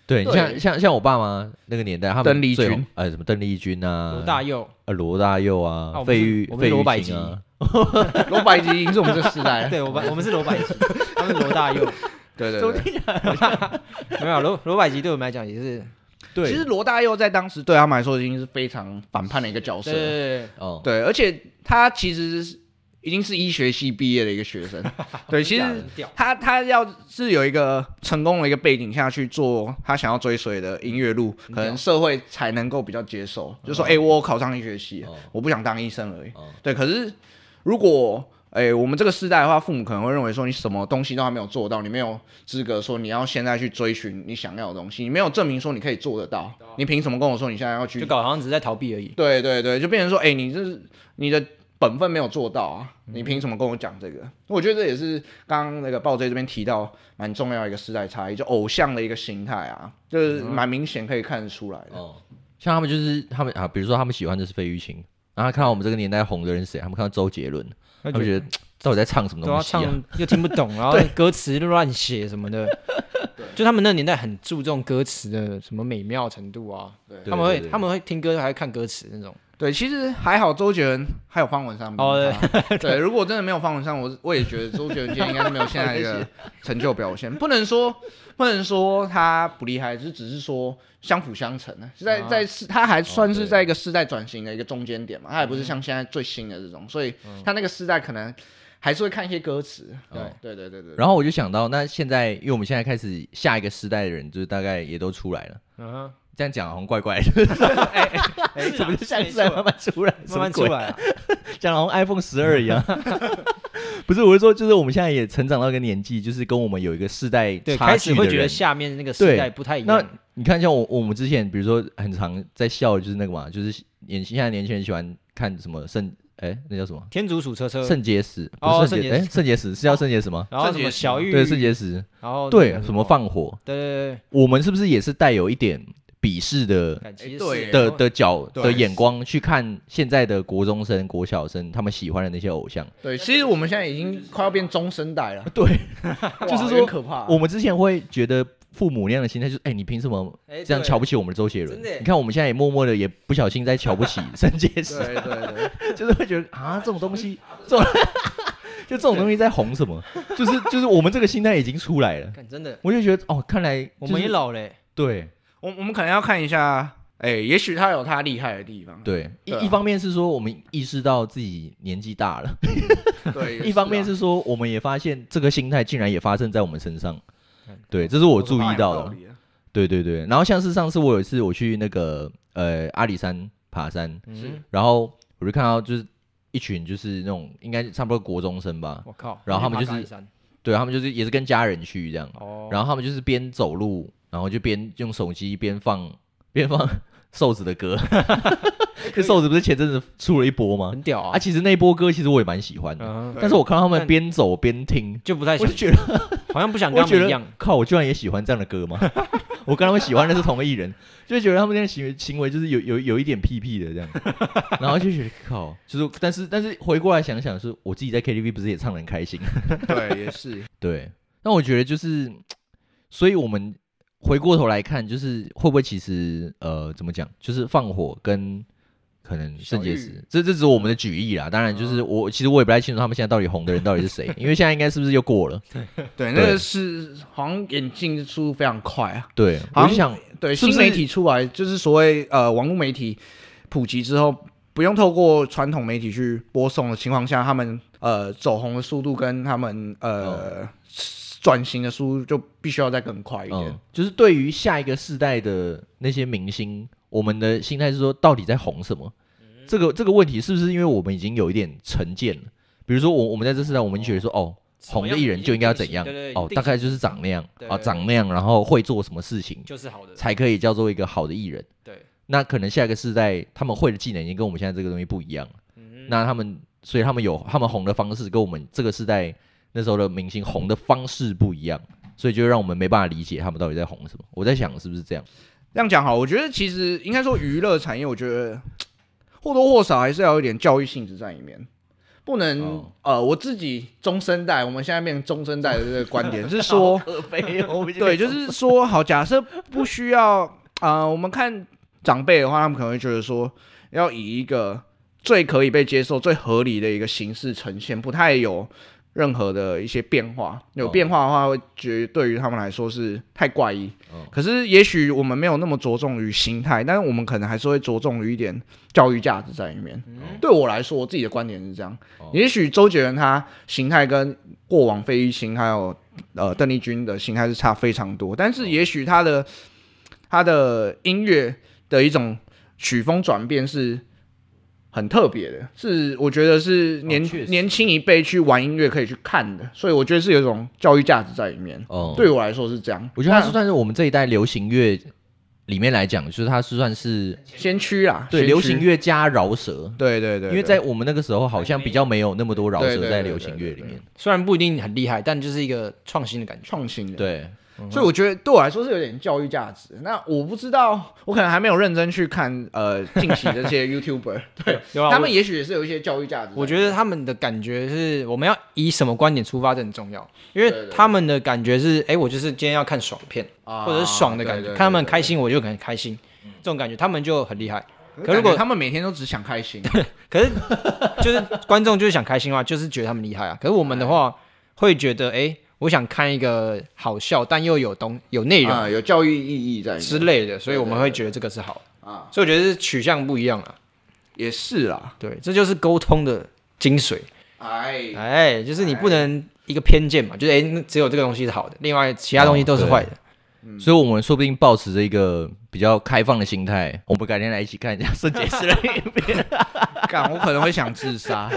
Speaker 1: 对，
Speaker 2: 对
Speaker 1: 你像像像我爸妈那个年代，他们
Speaker 2: 邓丽
Speaker 1: 最
Speaker 2: 君
Speaker 1: 红，呃，什么邓丽君啊，
Speaker 3: 罗大佑，
Speaker 1: 呃罗大佑啊
Speaker 3: 啊，我们
Speaker 1: 费
Speaker 3: 是
Speaker 1: 玉
Speaker 3: 我们
Speaker 1: 费
Speaker 3: 是罗
Speaker 1: 玉
Speaker 3: 百
Speaker 1: 清啊
Speaker 3: 吉，
Speaker 2: 罗百吉已经是我们这世
Speaker 1: 哎
Speaker 2: 代了，
Speaker 3: 对我们我们是 罗百吉，他们是罗大佑，
Speaker 2: 对对对。
Speaker 3: 没有啊罗罗百吉对我们来讲也是，
Speaker 1: 对，
Speaker 2: 其实罗大佑在当时对他们来说已经是非常反叛的一个角色
Speaker 3: 对
Speaker 2: 了，
Speaker 3: 对
Speaker 1: 哦，
Speaker 2: 对，而且他其实是已经是医学系毕业的一个学 生，对，其实
Speaker 3: 很屌
Speaker 2: 他他要是有一个成功的一个背景下去做他想要追随的音乐路，可能社会才能够比较接受，就说哎、诶我有考上医学系，
Speaker 1: 哦
Speaker 2: 我不想当医生而已
Speaker 1: 哦。
Speaker 2: 对，可是如果哎、诶我们这个时代的话，父母可能会认为说你什么东西都还没有做到，你没有资格说你要现在去追寻你想要的东西，你没有证明说你可以做得到，你凭什么跟我说你现在要去
Speaker 3: 对，就搞得好像只是在逃避而已。
Speaker 2: 对对对，就变成说，哎、你这是你的本分没有做到啊，你凭什么跟我讲这个？我觉得这也是刚刚那个鲍 J 这边提到蛮重要的一个时代差异，就偶像的一个形态啊，就是蛮明显可以看得出来的。
Speaker 1: 哦，像他们就是他们啊，比如说他们喜欢的是费玉清，然后他看到我们这个年代红的人是谁，他们看到周杰伦，他嗯
Speaker 3: 他
Speaker 1: 们觉得嘖到底在唱什么
Speaker 3: 都要
Speaker 1: 东西啊？
Speaker 3: 唱又听不 懂，然后歌词又乱写什么的。就他们那个年代很注重歌词的什么美妙程度啊，
Speaker 1: 对
Speaker 3: 他们
Speaker 1: 对
Speaker 3: 会
Speaker 1: 对
Speaker 3: 他们会听歌还会看歌词那种。
Speaker 2: 对，其实还好，周杰伦还有方文山。
Speaker 3: 哦
Speaker 2: 对 对，如果真的没有方文山，我我也觉得周杰伦今天应该是没有现在 的成就表现。不能说不能说他不厉害，只只是说相辅相成呢。是在
Speaker 3: 啊
Speaker 2: 在是他还算是
Speaker 1: 哦对嗯
Speaker 2: 在一个世代转型的一个中间点嘛，他也不是像现在最新的这种，所以他那个世代可能还是会看一些歌词。对
Speaker 1: 哦
Speaker 2: 对对对对。
Speaker 1: 然后我就想到，那现在因为我们现在开始下一个时代的人，就是大概也都出来了。
Speaker 3: 嗯，
Speaker 1: 这样讲好像怪怪的，
Speaker 3: 哎，
Speaker 1: 怎么就啊下一个
Speaker 3: 没
Speaker 1: 时代慢慢出
Speaker 3: 错
Speaker 1: 来， 什
Speaker 3: 慢慢
Speaker 1: 么
Speaker 3: 出
Speaker 1: 鬼，
Speaker 3: 来啊。
Speaker 1: 讲得好像 iPhone 十二一样。 不是，我是说，就是我们现在也成长到一个年纪，就是跟我们有一个世代
Speaker 3: 对，
Speaker 1: 差
Speaker 3: 开
Speaker 1: 距
Speaker 3: 始会
Speaker 1: 的
Speaker 3: 觉得
Speaker 1: 人。
Speaker 3: 下面那个时
Speaker 1: 对
Speaker 3: 代不太一
Speaker 1: 那
Speaker 3: 样。
Speaker 1: 你看，像我我们之前，比如说很常在笑，就是那个嘛，就是年现在年轻人喜欢看什么圣，哎，那叫什么？
Speaker 3: 天竺鼠车车，
Speaker 1: 圣结石
Speaker 3: 哦
Speaker 1: 不是圣
Speaker 3: 肾
Speaker 1: 结，
Speaker 3: 结
Speaker 1: 哎，
Speaker 3: 石
Speaker 1: 圣结石是叫圣结石吗？
Speaker 3: 然后
Speaker 2: 圣
Speaker 3: 什
Speaker 2: 洁
Speaker 3: 么
Speaker 2: 石
Speaker 3: 小玉，
Speaker 1: 对，圣结石，
Speaker 3: 然后那个
Speaker 1: 对，什么，放火，
Speaker 3: 对对对，
Speaker 1: 我们是不是也是带有一点鄙视的
Speaker 3: 感其实
Speaker 2: 对
Speaker 3: 是
Speaker 1: 的的角
Speaker 2: 对
Speaker 1: 的眼光去看现在的国中生、国小生他们喜欢的那些偶像。
Speaker 2: 对，其实我们现在已经快要变中生代了，
Speaker 1: 对，
Speaker 2: 哇
Speaker 1: 就是说
Speaker 2: 有点可怕。
Speaker 1: 我们之前会觉得父母那样的心态，就是哎、你凭什么
Speaker 3: 哎
Speaker 1: 这样
Speaker 3: 对
Speaker 1: 瞧不起我们的周杰伦
Speaker 3: 真的耶？
Speaker 1: 你看我们现在也默默的也不小心在瞧不起沈杰石，
Speaker 2: 对对对，
Speaker 1: 就是会觉得啊，这种东 西，这种就这种东西在红什么？就是就是我们这个心态已经出来了，
Speaker 3: 干真的，
Speaker 1: 我就觉得哦，看来、
Speaker 3: 我们也，老嘞，
Speaker 1: 对
Speaker 2: 我我们可能要看一下，哎，也许他有他厉害的地 方。
Speaker 3: 嗯
Speaker 1: 对，一、
Speaker 2: 对啊
Speaker 1: 一方面是说我们意识到自己年纪大了，
Speaker 2: 对，也
Speaker 1: 一方面
Speaker 2: 啊
Speaker 1: 是说我们也发现这个心态竟然也发生在我们身上，
Speaker 3: 嗯
Speaker 1: 对，这是我注意到
Speaker 2: 有道
Speaker 1: 的。
Speaker 2: 理啊
Speaker 1: 对对对，然后像是上次我有一次我去那个呃阿里山爬山，
Speaker 3: 嗯，
Speaker 1: 然后我就看到就是一群就是那种应该差不多国中生吧，
Speaker 3: 我靠，
Speaker 1: 然后他们
Speaker 3: 我去
Speaker 1: 就
Speaker 3: 爬
Speaker 1: 是
Speaker 3: 大山
Speaker 1: 对他们就是也是跟家人去这样，
Speaker 3: 哦，
Speaker 1: 然后他们就是边走路，然后就边用手机边放边放 瘦子的 歌，这瘦子不是前阵子出了一波吗？
Speaker 3: 很屌
Speaker 1: 啊，
Speaker 3: 啊，
Speaker 1: 其实那一波歌其实我也蛮喜欢的，
Speaker 3: 嗯，
Speaker 1: 但是我看到他们
Speaker 3: 但
Speaker 1: 边走边听，
Speaker 3: 就不太
Speaker 1: 我
Speaker 3: 想
Speaker 1: 就，觉得
Speaker 3: 好像不想跟
Speaker 1: 我
Speaker 3: 他
Speaker 1: 觉
Speaker 3: 们一
Speaker 1: 得
Speaker 3: 样，
Speaker 1: 靠，我居然也喜欢这样的 歌吗？我跟他们喜欢的是同个艺人，就觉得他们那样行为行为就是有有有一点屁屁的这 样，然后就觉得靠，就是但是但是回过来想想是，我自己在 KTV 不是也唱得很开心？
Speaker 2: 对，也是。
Speaker 1: 对，那我觉得就是，所以我们回过头来看，就是会不会其实呃怎么讲，就是放火跟。可能
Speaker 2: 小
Speaker 1: 肾结
Speaker 2: 玉嗯
Speaker 1: 石，这这只是我们的举例啦。当然，就是我、其实我也不太清楚他们现在到底红的人到底是谁，因为现在应该是不是又过了？
Speaker 2: 对，那个是好像眼镜出非常快啊。
Speaker 1: 对，
Speaker 2: 好
Speaker 1: 我就
Speaker 2: 像
Speaker 1: 想
Speaker 2: 对，
Speaker 1: 是不
Speaker 2: 新
Speaker 1: 是
Speaker 2: 媒体出来就是所谓呃网络媒体普及之后，不用透过传统媒体去播送的情况下，他们呃走红的速度跟他们
Speaker 1: 哦
Speaker 2: 呃转型的速度就必须要再更快一点
Speaker 1: 嗯。，就是对于下一个世代的那些明星，我们的心态是说，到底在红什么？这个这个问题是不是因为我们已经有一点成见了？比如说我我们在这世代，我们就觉得说，哦，红的艺人就应该要怎样
Speaker 3: 对对，对
Speaker 1: 哦，大概就是长那样
Speaker 3: 对
Speaker 1: 啊，长那样，然后会做什么事情，
Speaker 3: 就是好的，
Speaker 1: 才可以叫做一个好的艺人。
Speaker 3: 对，
Speaker 1: 那可能下一个世代他们会的技能已经跟我们现在这个东西不一样了，
Speaker 2: 嗯
Speaker 1: 那他们所以他们有他们红的方式跟我们这个世代那时候的明星红的方式不一样，所以就让我们没办法理解他们到底在红什么。我在想是不是 这样？
Speaker 2: 这样讲好，我觉得其实应该说娱乐产业，我觉得或多或少还是要有一点教育性质在里面。不能、
Speaker 1: 哦
Speaker 2: 呃，我自己中生代，我们现在变成中生代的这个观点是说，对，就是说，好，假设不需要啊、呃我们看长辈的话，他们可能会觉得说，要以一个最可以被接受、最合理的一个形式呈现，不太有任何的一些变化。有
Speaker 1: 哦
Speaker 2: 变化的话，会觉得对于他们来说是太怪异。
Speaker 1: 哦
Speaker 2: 可是，也许我们没有那么着重于心态，但是我们可能还是会着重于一点教育价值在里面。对我来说，我自己的观点是这样。
Speaker 1: 哦
Speaker 2: 也许周杰伦他形态跟过往费玉清还有呃邓丽君的形态是差非常多，
Speaker 1: 哦
Speaker 2: 但是也许他的他的音乐的一种曲风转变是很特别的，是我觉得是年、
Speaker 1: 哦确实
Speaker 2: 年轻一辈去玩音乐可以去看的，所以我觉得是有一种教育价值在里面。
Speaker 1: 哦，
Speaker 2: 对，我来说是这样，
Speaker 1: 我觉得他是
Speaker 2: 那
Speaker 1: 算是我们这一代流行乐里面来讲，就是他是算是
Speaker 2: 先驱啦，
Speaker 1: 对
Speaker 2: 先驱
Speaker 1: 流行，乐加饶舌。
Speaker 2: 对对对，
Speaker 1: 因为
Speaker 2: 对
Speaker 1: 在我们那个时候，好像比较没有那么多饶
Speaker 2: 对
Speaker 1: 舌
Speaker 2: 对
Speaker 1: 在
Speaker 2: 对
Speaker 1: 流
Speaker 2: 对
Speaker 1: 行
Speaker 2: 对
Speaker 1: 乐里
Speaker 2: 对
Speaker 1: 面。
Speaker 3: 虽然不一定很厉害，但就是一个创新的感觉。
Speaker 2: 创新的，
Speaker 1: 对，
Speaker 2: 所以我觉得对我来说是有点教育价值。那我不知道，我可能还没有认真去看呃近期这 些 YouTuber，
Speaker 3: 有啊
Speaker 2: 他们
Speaker 3: 我
Speaker 2: 也许也是有一些教育价值。
Speaker 3: 我觉得他们的感觉是，我们要以什么观点出发，这很重要，因
Speaker 2: 对
Speaker 3: 为
Speaker 2: 对
Speaker 3: 他们的感觉是，哎，我就是今天要看爽片，
Speaker 2: 啊
Speaker 3: 或者是爽的感觉，看他们开，心，我就很开心，这种感觉他们就很厉害。
Speaker 2: 对对对对嗯
Speaker 3: 可
Speaker 2: 可
Speaker 3: 如
Speaker 2: 如
Speaker 3: 果
Speaker 2: 果他们每天都只想开心，
Speaker 3: 可是就是观众就是想开心的话，就是觉得他们厉害啊。可是我们的话会觉得，哎、我想看一个好笑但又有东有内容
Speaker 2: 啊，有教育意义在里
Speaker 3: 之
Speaker 2: 面
Speaker 3: 类的，所以我们
Speaker 2: 对
Speaker 3: 会觉得这个是好的
Speaker 2: 啊。
Speaker 3: 所以我觉得是取向不一样啊。
Speaker 2: 也是啦。
Speaker 3: 对，这就是沟通的精髓。
Speaker 2: 哎，
Speaker 3: 哎，就是你不能一个偏见嘛，就是哎、那只有这个东西是好的，另外其他东西都是坏的。
Speaker 1: 哦所以我们说不定抱持着一个比较开放的心态，我们改天来一起看一下圣洁石的影片。
Speaker 2: 干，我可能会想自 杀。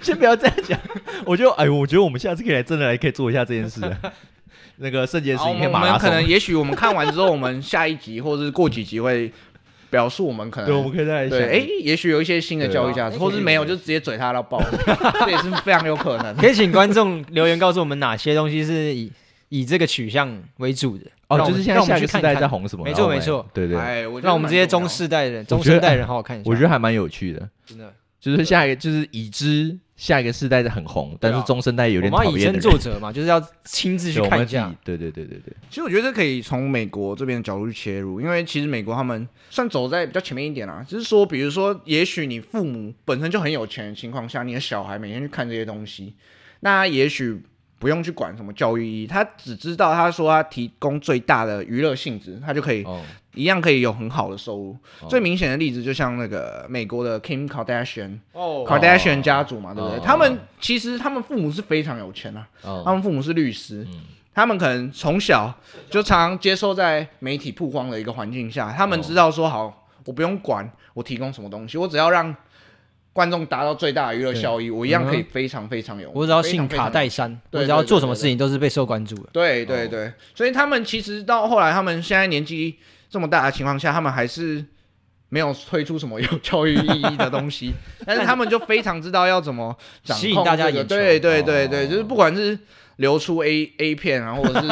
Speaker 1: 先不要这样 讲，我就哎，我觉得我们下次可以来真的来可以做一下这件事、啊那个圣洁石
Speaker 2: 好，我
Speaker 1: 影
Speaker 2: 们
Speaker 1: 片
Speaker 2: 我
Speaker 1: 马拉
Speaker 2: 们可
Speaker 1: 松，
Speaker 2: 能也许我们看完之后，我们下一集或者是过几集会表述我们可能
Speaker 1: 对，我们可以再来想。
Speaker 2: 对，哎、也许有一些新的教育价值，
Speaker 3: 对啊
Speaker 2: 或是没有，就直接嘴他到爆， 这也是非常有可能。
Speaker 3: 可以请观众留言告诉我们哪些东西是以以这个取向为主的。
Speaker 1: 哦，
Speaker 3: 让
Speaker 1: 就
Speaker 3: 我们
Speaker 1: 是现在
Speaker 3: 让我
Speaker 1: 下
Speaker 3: 们
Speaker 1: 一
Speaker 3: 去
Speaker 1: 个时
Speaker 3: 看
Speaker 1: 代
Speaker 3: 看
Speaker 1: 在红什么？
Speaker 3: 没
Speaker 1: 然
Speaker 3: 错
Speaker 1: 后
Speaker 3: 没
Speaker 1: 们
Speaker 3: 错
Speaker 1: 对对，
Speaker 2: 哎，我觉得
Speaker 3: 让我们这些
Speaker 2: 蛮重
Speaker 3: 中
Speaker 2: 要
Speaker 3: 世代人、
Speaker 1: 我
Speaker 3: 中
Speaker 1: 觉得
Speaker 3: 生代人好好看一下。
Speaker 1: 我觉得还蛮有趣的，
Speaker 3: 真的，
Speaker 1: 就是下一个就是已知下一个世代在很红，但是中生代有
Speaker 3: 我
Speaker 1: 点
Speaker 3: 们
Speaker 1: 讨
Speaker 3: 要以
Speaker 1: 厌的
Speaker 3: 身
Speaker 1: 人，
Speaker 3: 作则嘛，就是要亲自去
Speaker 1: 对我们
Speaker 3: 看一
Speaker 1: 自己
Speaker 3: 下。
Speaker 1: 对对对对对，
Speaker 2: 其实我觉得可以从美国这边的角度去切入，因为其实美国他们算走在比较前面一点啦、只是说，比如说，也许你父母本身就很有钱的情况下，你的小孩每天去看这些东西，那也许不用去管什么教育意义，他只知道他说他提供最大的娱乐性质，他就可以
Speaker 1: 哦，
Speaker 2: 一样可以有很好的收入。
Speaker 1: 哦
Speaker 2: 最明显的例子就像那个美国的 Kim Kardashian、
Speaker 3: 哦
Speaker 2: Kardashian 家族嘛，对不对？
Speaker 1: 哦
Speaker 2: 他们其实他们父母是非常有钱啊，他
Speaker 1: 哦，
Speaker 2: 们父母是律师，
Speaker 3: 嗯
Speaker 2: 他们可能从小就常接受在媒体曝光的一个环境下，他们知道说好，我不用管我提供什么东西，我只要让观众达到最大的娱乐效益，我一样可以非常非常有，
Speaker 3: 嗯我只要
Speaker 2: 非
Speaker 3: 信
Speaker 2: 常
Speaker 3: 卡。
Speaker 2: 非常
Speaker 3: 戴珊，
Speaker 2: 对
Speaker 3: 我只要
Speaker 2: 对对
Speaker 3: 做什么
Speaker 2: 对对
Speaker 3: 事情都是备受关注的。哦
Speaker 2: 对对对，所以他们其实到后来，他们现在年纪这么大的情况下，他们还是。没有推出什么 有教育意义的东西，但是他们就非常知道要怎么掌控、
Speaker 3: 吸引大家
Speaker 2: 这个
Speaker 3: 眼球
Speaker 2: 对对对
Speaker 1: 哦
Speaker 2: 对，就是不管是流出 A A 片啊，或者 是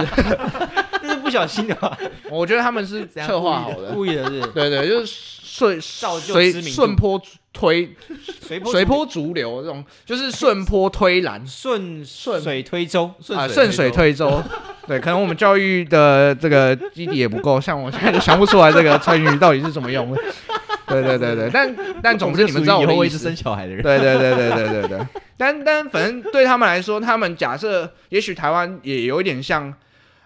Speaker 3: 这是不小心的 吧？
Speaker 2: 我觉得他们是策划好的，
Speaker 3: 故意的是
Speaker 2: 对对，就是顺
Speaker 3: 造就
Speaker 2: 随
Speaker 3: 知名度
Speaker 2: 顺坡推
Speaker 3: 随波
Speaker 2: 随波逐流这种，就是顺坡推澜
Speaker 3: 顺
Speaker 2: 顺
Speaker 3: 水推舟，
Speaker 2: 啊，顺水推舟。对，可能我们教育的这个基底也不够，像我现在就想不出来这个成语到底是怎么用的。对对对对，但但总之你们知道
Speaker 1: 以
Speaker 2: 我
Speaker 1: 后
Speaker 2: 的
Speaker 1: 会
Speaker 2: 意
Speaker 1: 一直
Speaker 2: 思
Speaker 1: 生。小孩的人，
Speaker 2: 对对对对对对对。但但反正对他们来说，他们假设也许台湾也有一点像，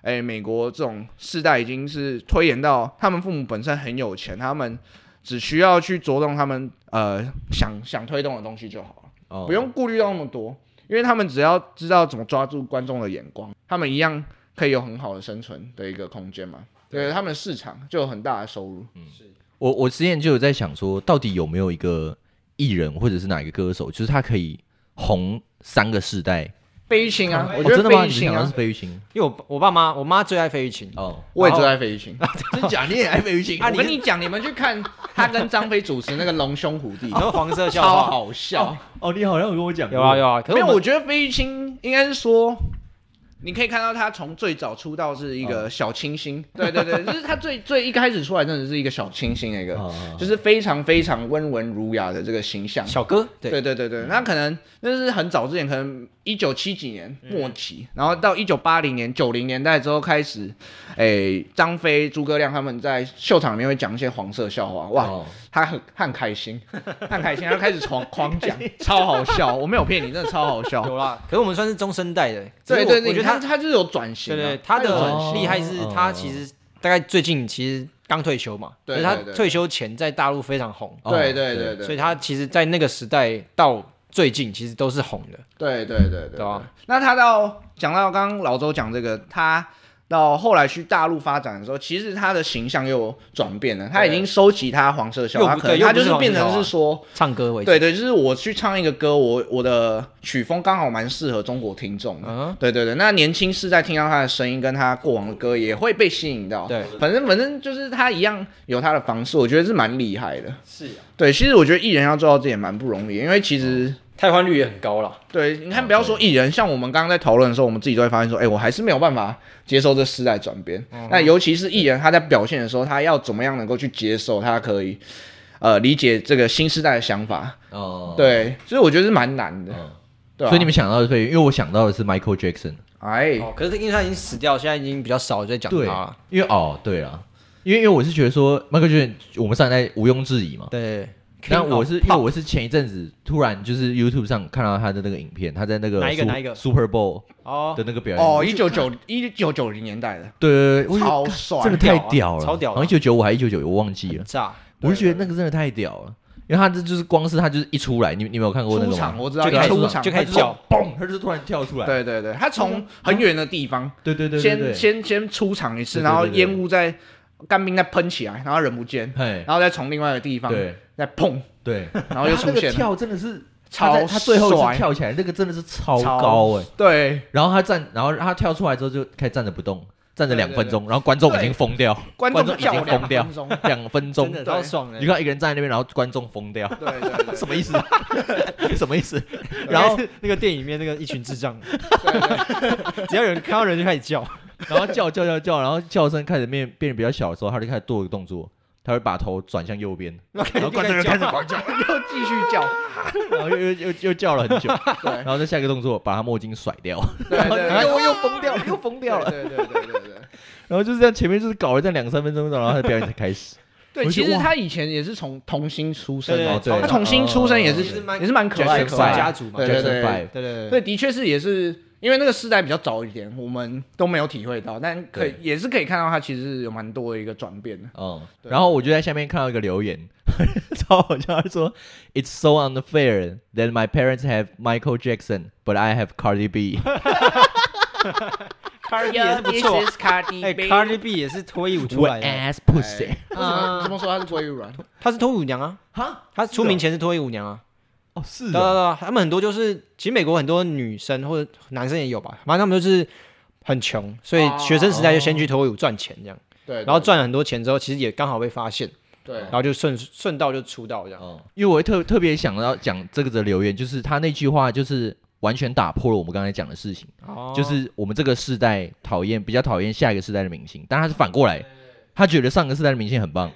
Speaker 2: 哎，美国这种世代已经是推演到他们父母本身很有钱，他们只需要去着重他们呃想想推动的东西就好了，
Speaker 1: 哦
Speaker 2: 不用顾虑到那么多，因为他们只要知道怎么抓住观众的眼光，他们一样可以有很好的生存的一个空间嘛。对他们的市场就有很大的收入，
Speaker 1: 嗯我我之前就有在想说，到底有没有一个艺人或者是哪一个歌手，就是他可以红三个世代？
Speaker 2: 费玉清啊，我
Speaker 1: 哦
Speaker 2: 觉
Speaker 1: 真
Speaker 2: 得
Speaker 1: 的吗？
Speaker 2: 费玉
Speaker 1: 你是
Speaker 2: 清
Speaker 1: 想到是
Speaker 2: 啊，
Speaker 1: 费玉清
Speaker 3: 因为我我爸妈，我妈最爱费玉清，
Speaker 1: 哦，
Speaker 2: 我也最爱费玉清。
Speaker 1: 真假？你也爱费玉清
Speaker 2: 我跟啊你讲，你们去看他跟张飞主持那个《龙兄虎 弟
Speaker 3: 然》，后黄色
Speaker 2: 超
Speaker 3: 笑话，
Speaker 2: 好笑。
Speaker 1: 啊哦，你好像有跟我讲过
Speaker 3: 有啊有啊。可
Speaker 2: 没
Speaker 3: 是
Speaker 2: 有，
Speaker 3: 我
Speaker 2: 我
Speaker 3: 们
Speaker 2: 觉得费玉清应该是说，你可以看到他从最早出道是一
Speaker 1: 哦
Speaker 2: 个小清新，对对对，就是他最最一开始出来真的是一个小清新的一个，
Speaker 1: 哦哦
Speaker 2: 就是非常非常温文儒雅的这个形象。
Speaker 3: 小哥对
Speaker 2: 对嗯对对对，那可能那是很早之前，可能一九七几年末期，然后到一九八零年、九零年代之后开始，诶，张飞、诸葛亮他们在秀场里面会讲一些黄色笑话，哇，
Speaker 1: 哦
Speaker 2: 他很他很开心，他很开心，他开始 狂狂讲，超好笑，我没有骗你，真的超好笑。
Speaker 3: 有啦。可是我们算是中生代的，只
Speaker 2: 对
Speaker 3: 是我
Speaker 2: 对对，
Speaker 3: 我觉得
Speaker 2: 他
Speaker 3: 他
Speaker 2: 他就是有转型啊，
Speaker 3: 对对他
Speaker 2: 有
Speaker 1: 转
Speaker 3: 的
Speaker 1: 型
Speaker 3: 厉害是
Speaker 1: 哦
Speaker 3: 他其实大概最近其实刚退休嘛，
Speaker 2: 对
Speaker 3: 可是他
Speaker 2: 对对
Speaker 3: 退休前在大陆非常红，
Speaker 1: 哦
Speaker 2: 对对对
Speaker 3: 所
Speaker 2: 对
Speaker 3: 以他其实，在那个时代到最近其实都是红的。
Speaker 2: 对对对
Speaker 3: 对啊
Speaker 2: 那他到讲到刚刚老周讲这个，他到后来去大陆发展的时候，其实他的形象又转变了，他已经收集他黄色笑
Speaker 3: 又
Speaker 2: 话，他
Speaker 3: 不
Speaker 2: 可能
Speaker 3: 对又
Speaker 2: 他
Speaker 3: 不
Speaker 2: 就是是变
Speaker 3: 黄色
Speaker 2: 成
Speaker 3: 笑话
Speaker 2: 是说。
Speaker 3: 唱歌为主，
Speaker 2: 对对，就是我去唱一个歌，我我的曲风刚好蛮适合中国听众的。
Speaker 3: 嗯
Speaker 2: 对对对，那年轻世代听到他的声音，跟他过往的歌也会被吸引到。
Speaker 3: 对，
Speaker 2: 反正反正就是他一样有他的方式，我觉得是蛮厉害的。
Speaker 3: 是啊，
Speaker 2: 对，其实我觉得艺人要做到这也蛮不容易，因为其实
Speaker 3: 汰换率也很高了。
Speaker 2: 对，你看
Speaker 1: 哦
Speaker 2: 不要说艺人，像我们刚刚在讨论的时候，我们自己都会发现说，哎，我还是没有办法接受这世代转变。
Speaker 1: 嗯
Speaker 2: 那尤其是艺人，他在表现的时候，他要怎么样能够去接受，他可以呃理解这个新时代的想法。
Speaker 1: 哦，
Speaker 2: 对，所以我觉得是蛮难的。
Speaker 1: 嗯
Speaker 2: 对啊、
Speaker 1: 所以你们想到的是费玉，因为我想到的是 Michael Jackson。
Speaker 2: 哎，
Speaker 3: 哦，可是因为他已经死掉，现在已经比较少在讲他
Speaker 1: 对
Speaker 3: 了。，
Speaker 1: 因为哦，对了，因为因为我是觉得说 Michael Jackson，我们上一代毋庸置疑嘛。
Speaker 3: 对，
Speaker 1: 那
Speaker 3: King of
Speaker 1: 我
Speaker 2: 哦
Speaker 1: 是因为
Speaker 3: Pop
Speaker 1: 我是前一阵子突然就是 YouTube 上看到他的那个影片，他在那个
Speaker 3: 哪一个
Speaker 1: Su-
Speaker 3: 哪一个
Speaker 1: Super Bowl
Speaker 3: 哦，
Speaker 1: 的那个表演。
Speaker 2: 哦，一九九一九九零年代的，
Speaker 1: 对对对，我就觉得
Speaker 2: 超
Speaker 1: 干
Speaker 2: 帅
Speaker 1: 真的太
Speaker 3: 屌
Speaker 1: 屌
Speaker 3: 啊
Speaker 1: 了，
Speaker 3: 超屌的
Speaker 1: 好像一九九五还一九九，我忘记了。
Speaker 3: 炸，
Speaker 1: 我就觉得那个真的太屌了，因为他这就是光是他就是一出来，你你没有看过那
Speaker 2: 出
Speaker 1: 个
Speaker 2: 场
Speaker 1: 吗？
Speaker 2: 我知道
Speaker 3: 就
Speaker 1: 对
Speaker 3: 开
Speaker 1: 啊
Speaker 3: 始
Speaker 1: 出
Speaker 2: 出
Speaker 1: 场
Speaker 2: 场
Speaker 3: 就开始叫，
Speaker 1: 嘣，他就突然跳出来。
Speaker 2: 对对对，他从很远的地方
Speaker 1: 对对对对
Speaker 2: 先
Speaker 1: 对，
Speaker 2: 先先出场一次，
Speaker 1: 对对对
Speaker 2: 然后
Speaker 1: 对对
Speaker 2: 烟雾在干冰再喷起来，然后人不见，
Speaker 1: 嘿，
Speaker 2: 然后再从另外一个地方
Speaker 1: 对
Speaker 2: 再砰，
Speaker 1: 对，
Speaker 2: 然后又
Speaker 1: 他
Speaker 2: 出
Speaker 1: 那个
Speaker 2: 现了，
Speaker 1: 跳真的是他
Speaker 2: 超
Speaker 1: 在他最后一
Speaker 2: 帅
Speaker 1: 次跳起来，那个真的是超高哎。
Speaker 2: 对，
Speaker 1: 然后他站，然后他跳出来之后就开始站着不动，站着两分钟，然后观众已经疯 掉，
Speaker 2: 观
Speaker 1: 众
Speaker 2: 众
Speaker 1: 已经
Speaker 2: 叫
Speaker 1: 疯
Speaker 2: 两
Speaker 1: 掉
Speaker 2: 分钟，
Speaker 1: 两分钟
Speaker 3: 真。的
Speaker 2: 对
Speaker 3: 超爽的
Speaker 1: 你。看一个人站在那边，然后观众疯 掉，
Speaker 2: 对对对
Speaker 1: 什么意思？什么意思？然
Speaker 3: 然后
Speaker 1: 后
Speaker 3: 那个电影里面那个一群智障，
Speaker 2: 对对，
Speaker 3: 只要有人看到人就开始叫，
Speaker 1: 然后叫叫叫叫，然后叫声开始变变得比较小的时候，他就开始做一个动作，他会把头转向右边， 然后观众就开始狂叫，
Speaker 2: 又继续叫，
Speaker 1: 然后又又又又叫了很久，
Speaker 2: 对
Speaker 1: 然后再下一个动作把他墨镜甩掉，
Speaker 2: 对
Speaker 1: 然后
Speaker 2: 对对，
Speaker 1: 又又疯掉，又疯掉了，
Speaker 2: 对对对对对对。
Speaker 1: 然后就是这样，前面就是搞了这样两三分钟，然后他的表演才开始。
Speaker 2: 对，
Speaker 1: 我
Speaker 2: 其
Speaker 1: 觉得
Speaker 2: 实
Speaker 1: 哇
Speaker 2: 他以前也是从童星出身
Speaker 3: 对
Speaker 2: 的，
Speaker 1: 哦对
Speaker 2: 他童星出身也是
Speaker 1: 哦
Speaker 3: 其实蛮
Speaker 2: 也是蛮可爱
Speaker 3: Jackson
Speaker 2: 可爱的
Speaker 3: 家族嘛
Speaker 2: 对对
Speaker 1: Jackson Five
Speaker 2: 对，
Speaker 3: 对对
Speaker 2: 对，的确是也是因为那个时代比较早一点，我们都没有体会到，但可以
Speaker 1: 对
Speaker 2: 也是可以看到他其实有蛮多的一个转变的。
Speaker 1: 嗯，
Speaker 2: 对
Speaker 1: 然后我就在下面看到一个留言， 超好笑，他说：“It's so unfair that my parents have Michael Jackson, but I have Cardi B。啊
Speaker 3: Cardi B 也是不错，
Speaker 2: Cardi
Speaker 3: 哎，Cardi B 也是脱衣舞出来
Speaker 1: What
Speaker 3: 的，
Speaker 1: ass pussy？”
Speaker 2: 为什么
Speaker 3: 啊
Speaker 2: 嗯怎么说他是脱衣舞软？
Speaker 3: 她是脱衣舞娘啊，
Speaker 1: 哈，
Speaker 3: 她出名前是脱衣舞娘啊，
Speaker 1: 哦是
Speaker 3: 对对啊
Speaker 1: 的，
Speaker 3: 对，他们很多就是，其实美国很多女生或者男生也有吧，反正他们就是很穷，所以学生时代就先去脱衣舞赚钱这样，
Speaker 2: 对，对
Speaker 3: 然后赚了很多钱之后，其实也刚好被发现，
Speaker 2: 对
Speaker 3: 然后就顺顺道就出道这样，
Speaker 1: 嗯，因为我会特特别想要讲这个的留言，就是他那句话就是完全打破了我们刚才讲的事情，
Speaker 2: 哦
Speaker 3: 哦
Speaker 1: 就是我们这个世代讨厌比较讨厌下一个世代的明星，但他是反过来，他觉得上个世代的明星很棒，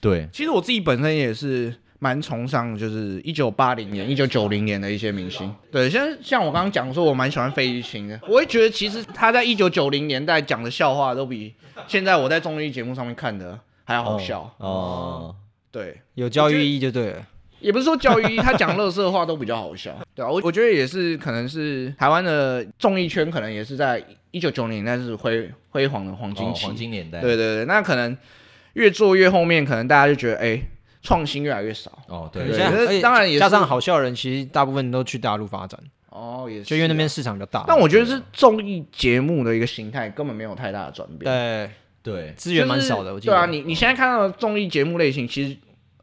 Speaker 1: 对，
Speaker 2: 其实我自己本身也是蛮崇尚，就是一九八零年、一九九零年的一些明星。对，像像我刚刚讲说，我蛮喜欢费玉清的。我会觉得其实他在一九九零年代讲的笑话，都比现在我在综艺节目上面看的还要好笑。
Speaker 1: 哦，
Speaker 2: 对，
Speaker 3: 有教育意义就对了。
Speaker 2: 也不是说教育，他讲乐色话都比较好 笑。对啊，我我觉得也是，可能是台湾的综艺圈，可能也是在一九九零年代是辉辉煌的黄金
Speaker 1: 哦
Speaker 2: 期。
Speaker 1: 黄金年代，
Speaker 2: 对对对，那可能越做越后面，可能大家就觉得哎。创新越来越少，
Speaker 1: 哦
Speaker 3: 对
Speaker 1: 对
Speaker 2: 可
Speaker 3: 现
Speaker 1: 对
Speaker 2: 是
Speaker 3: 在
Speaker 2: 可
Speaker 3: 而且
Speaker 2: 当然也是
Speaker 3: 加上好笑的人，其实大部分都去大陆发展，
Speaker 2: 哦，也是、
Speaker 3: 就因为那边。市场比较大。
Speaker 2: 但我觉得是综艺节目的一个形态根本没有太大的转变，
Speaker 3: 对
Speaker 1: 对，
Speaker 2: 就
Speaker 3: 资
Speaker 2: 是，
Speaker 3: 源蛮少的，我记得。
Speaker 2: 对啊，你你现在看到的综艺节目类型，其实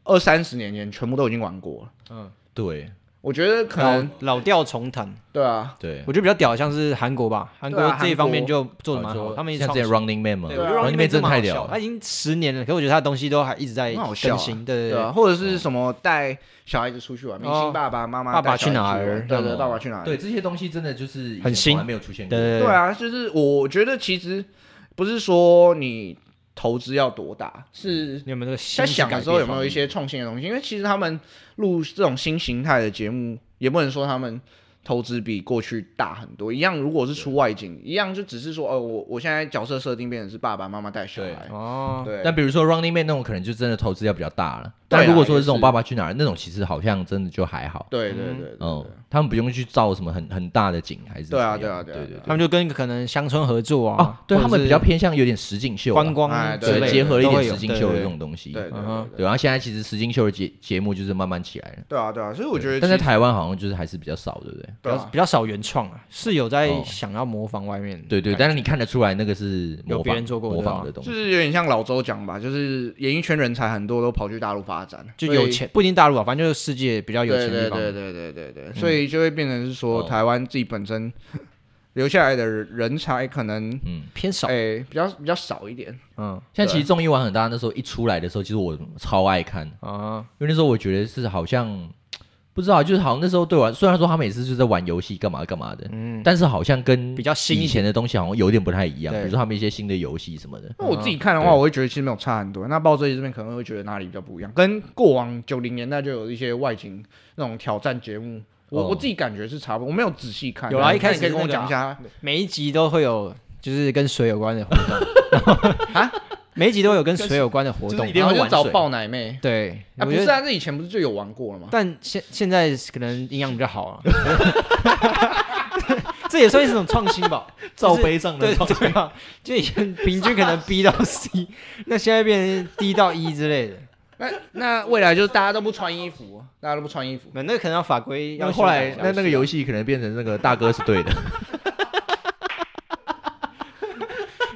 Speaker 2: 二三十年前全部都已经玩过了。
Speaker 3: 嗯，
Speaker 1: 对
Speaker 2: 我觉得可
Speaker 3: 老
Speaker 2: 能
Speaker 3: 老调重弹，
Speaker 2: 对啊，
Speaker 1: 对，
Speaker 3: 我觉得比较屌的像是韩国吧，韩国
Speaker 2: 对啊
Speaker 3: 这一方面
Speaker 2: 韩
Speaker 3: 哦就做的蛮好，他们一直
Speaker 1: 哦像
Speaker 3: 创
Speaker 1: 之
Speaker 3: 新
Speaker 1: 前 Running Man 嘛
Speaker 3: 对，
Speaker 2: 对
Speaker 3: 我
Speaker 2: 啊
Speaker 3: 觉得 Running Man
Speaker 1: 真
Speaker 3: 真
Speaker 1: 的
Speaker 3: 的
Speaker 1: 太
Speaker 3: 好
Speaker 1: 屌
Speaker 3: 笑，
Speaker 1: 了
Speaker 3: 他已经十年了，可我觉得他的东西都还一直在
Speaker 2: 很好
Speaker 3: 更
Speaker 2: 笑啊
Speaker 3: 新，对
Speaker 2: 对
Speaker 3: 对
Speaker 2: 啊，
Speaker 3: 对。
Speaker 2: 或者是什么带小孩子出去玩，明星爸爸妈妈
Speaker 3: 爸爸
Speaker 2: 带小
Speaker 3: 去哪
Speaker 2: 孩玩
Speaker 3: 儿
Speaker 2: 对
Speaker 1: 这
Speaker 2: 对，
Speaker 1: 样
Speaker 2: 爸爸去哪儿，
Speaker 1: 对这些东西真的就是以前
Speaker 3: 很新
Speaker 1: 从来没有出现过。
Speaker 3: 对
Speaker 2: 对啊，就是我觉得其实不是说你投资要多大，是
Speaker 3: 你有没有这个心
Speaker 2: 在
Speaker 3: 去
Speaker 2: 想
Speaker 3: 改
Speaker 2: 的时候
Speaker 3: 变
Speaker 2: 有没有一些创新的东西？因为其实他们录这种新形态的节目，也不能说他们投资比过去大很多。一样，如果是出外景，一样就只是说，哦，我我现在角色设定变成是爸爸妈妈带小孩。
Speaker 3: 哦？
Speaker 2: 对，
Speaker 1: 但比如说 Running Man 那种，可能就真的投资要比较大了。
Speaker 2: 对啊
Speaker 1: 但如果说是这
Speaker 2: 也
Speaker 1: 种
Speaker 2: 是
Speaker 1: 爸爸去哪儿那种，其实好像真的就还好。
Speaker 2: 对对对对
Speaker 3: 哦
Speaker 1: 嗯
Speaker 2: 对，
Speaker 1: 他们不用去造什么很很大的景，还是
Speaker 2: 对啊
Speaker 1: 怎么样
Speaker 2: 对啊
Speaker 1: 对
Speaker 2: 对啊
Speaker 3: 他们就跟可能乡村合作
Speaker 1: 哦
Speaker 3: 啊，，
Speaker 1: 对
Speaker 3: 或
Speaker 1: 他
Speaker 3: 者
Speaker 1: 们
Speaker 3: 是
Speaker 1: 比较偏向有点实景秀啊，
Speaker 3: 观光
Speaker 2: 哎
Speaker 3: 之
Speaker 1: 对，
Speaker 3: 类的
Speaker 1: 结合了一
Speaker 3: 都
Speaker 1: 点
Speaker 3: 会有
Speaker 1: 实景
Speaker 3: 对
Speaker 1: 秀的
Speaker 3: 对
Speaker 1: 这种东西。
Speaker 2: 对对
Speaker 3: 嗯哼
Speaker 2: 对
Speaker 1: 对，然后现在其实实景秀的节节目就是慢慢起来了。
Speaker 2: 对啊对啊，所以我觉得
Speaker 1: 但在
Speaker 2: 其实
Speaker 1: 台湾好像就是还是比较少，对不对？
Speaker 3: 比
Speaker 2: 对
Speaker 3: 较
Speaker 2: 啊
Speaker 3: 比较少原创啊，是有在
Speaker 1: 哦
Speaker 3: 想要模仿外面的感觉。
Speaker 1: 对对，但是你看得出来那个是
Speaker 3: 有
Speaker 1: 模
Speaker 3: 别
Speaker 1: 仿
Speaker 3: 人做过的
Speaker 1: 模
Speaker 3: 对
Speaker 1: 仿
Speaker 3: 啊
Speaker 1: 的东
Speaker 2: 就
Speaker 1: 西。
Speaker 2: 是有点像老周讲吧，就是演艺圈人才很多都跑去大陆发展，
Speaker 3: 就
Speaker 2: 所以
Speaker 3: 有钱，不一定大陆啊，反正就是世界比较有
Speaker 2: 对
Speaker 3: 钱的
Speaker 2: 对
Speaker 3: 地方。嗯
Speaker 2: 对对对对对，所以就会变成是说
Speaker 1: 哦
Speaker 2: 台湾自己本身 留下来的人才可能
Speaker 1: 嗯，
Speaker 3: 偏少。
Speaker 2: 哎、比较比较少一点。
Speaker 3: 嗯
Speaker 1: 现在其实综艺玩很大，那时候一出来的时候，其实我超爱看，
Speaker 3: 啊，
Speaker 1: 因为那时候我觉得是好像不知道，就是好像那时候对我来，虽然说他们也是就在玩游戏干嘛干嘛的，
Speaker 3: 嗯，
Speaker 1: 但是好像跟
Speaker 3: 比较新一
Speaker 1: 以前的东西好像有点不太一样，比
Speaker 3: 对
Speaker 1: 如说他们一些新的游戏什么的。
Speaker 2: 那我自己看的话，我会觉得其实没有差很多。那报这里这边可能会觉得哪里比较不一样，跟过往九零年代就有一些外景那种挑战节目，我、
Speaker 1: 哦
Speaker 2: 我自己感觉是差不多。我没有仔细看，
Speaker 3: 有啦
Speaker 2: 那
Speaker 3: 一开
Speaker 2: 你可以
Speaker 3: 始
Speaker 2: 跟我
Speaker 3: 那个
Speaker 2: 讲一下啊
Speaker 3: 每一集都会有就是跟水有关的活动 啊每一集都有跟水有关的活
Speaker 1: 就是
Speaker 3: 动
Speaker 1: 一。定要
Speaker 2: 然后就
Speaker 1: 玩
Speaker 2: 找
Speaker 1: 水
Speaker 2: 爆奶妹。
Speaker 3: 对，
Speaker 2: 啊，
Speaker 3: 我
Speaker 2: 不
Speaker 3: 觉
Speaker 2: 是
Speaker 3: 得，
Speaker 2: 啊，这以前不是就有玩过了吗？
Speaker 3: 但现现在可能营养比较好啊。 这也算是一种创新吧，
Speaker 1: 罩杯上
Speaker 3: 对
Speaker 1: 的罩
Speaker 3: 对啊，就以前平均可能 B 到 C，那现在变成 D 到 E 之类的，
Speaker 2: 那那未来就是大家都不穿衣服，啊大家都不穿衣服。
Speaker 3: 那那可能要法规要
Speaker 1: 那
Speaker 3: 修
Speaker 1: 后
Speaker 3: 改
Speaker 1: 来
Speaker 3: 一下
Speaker 1: 那那个游戏可能变成那个大哥是对的，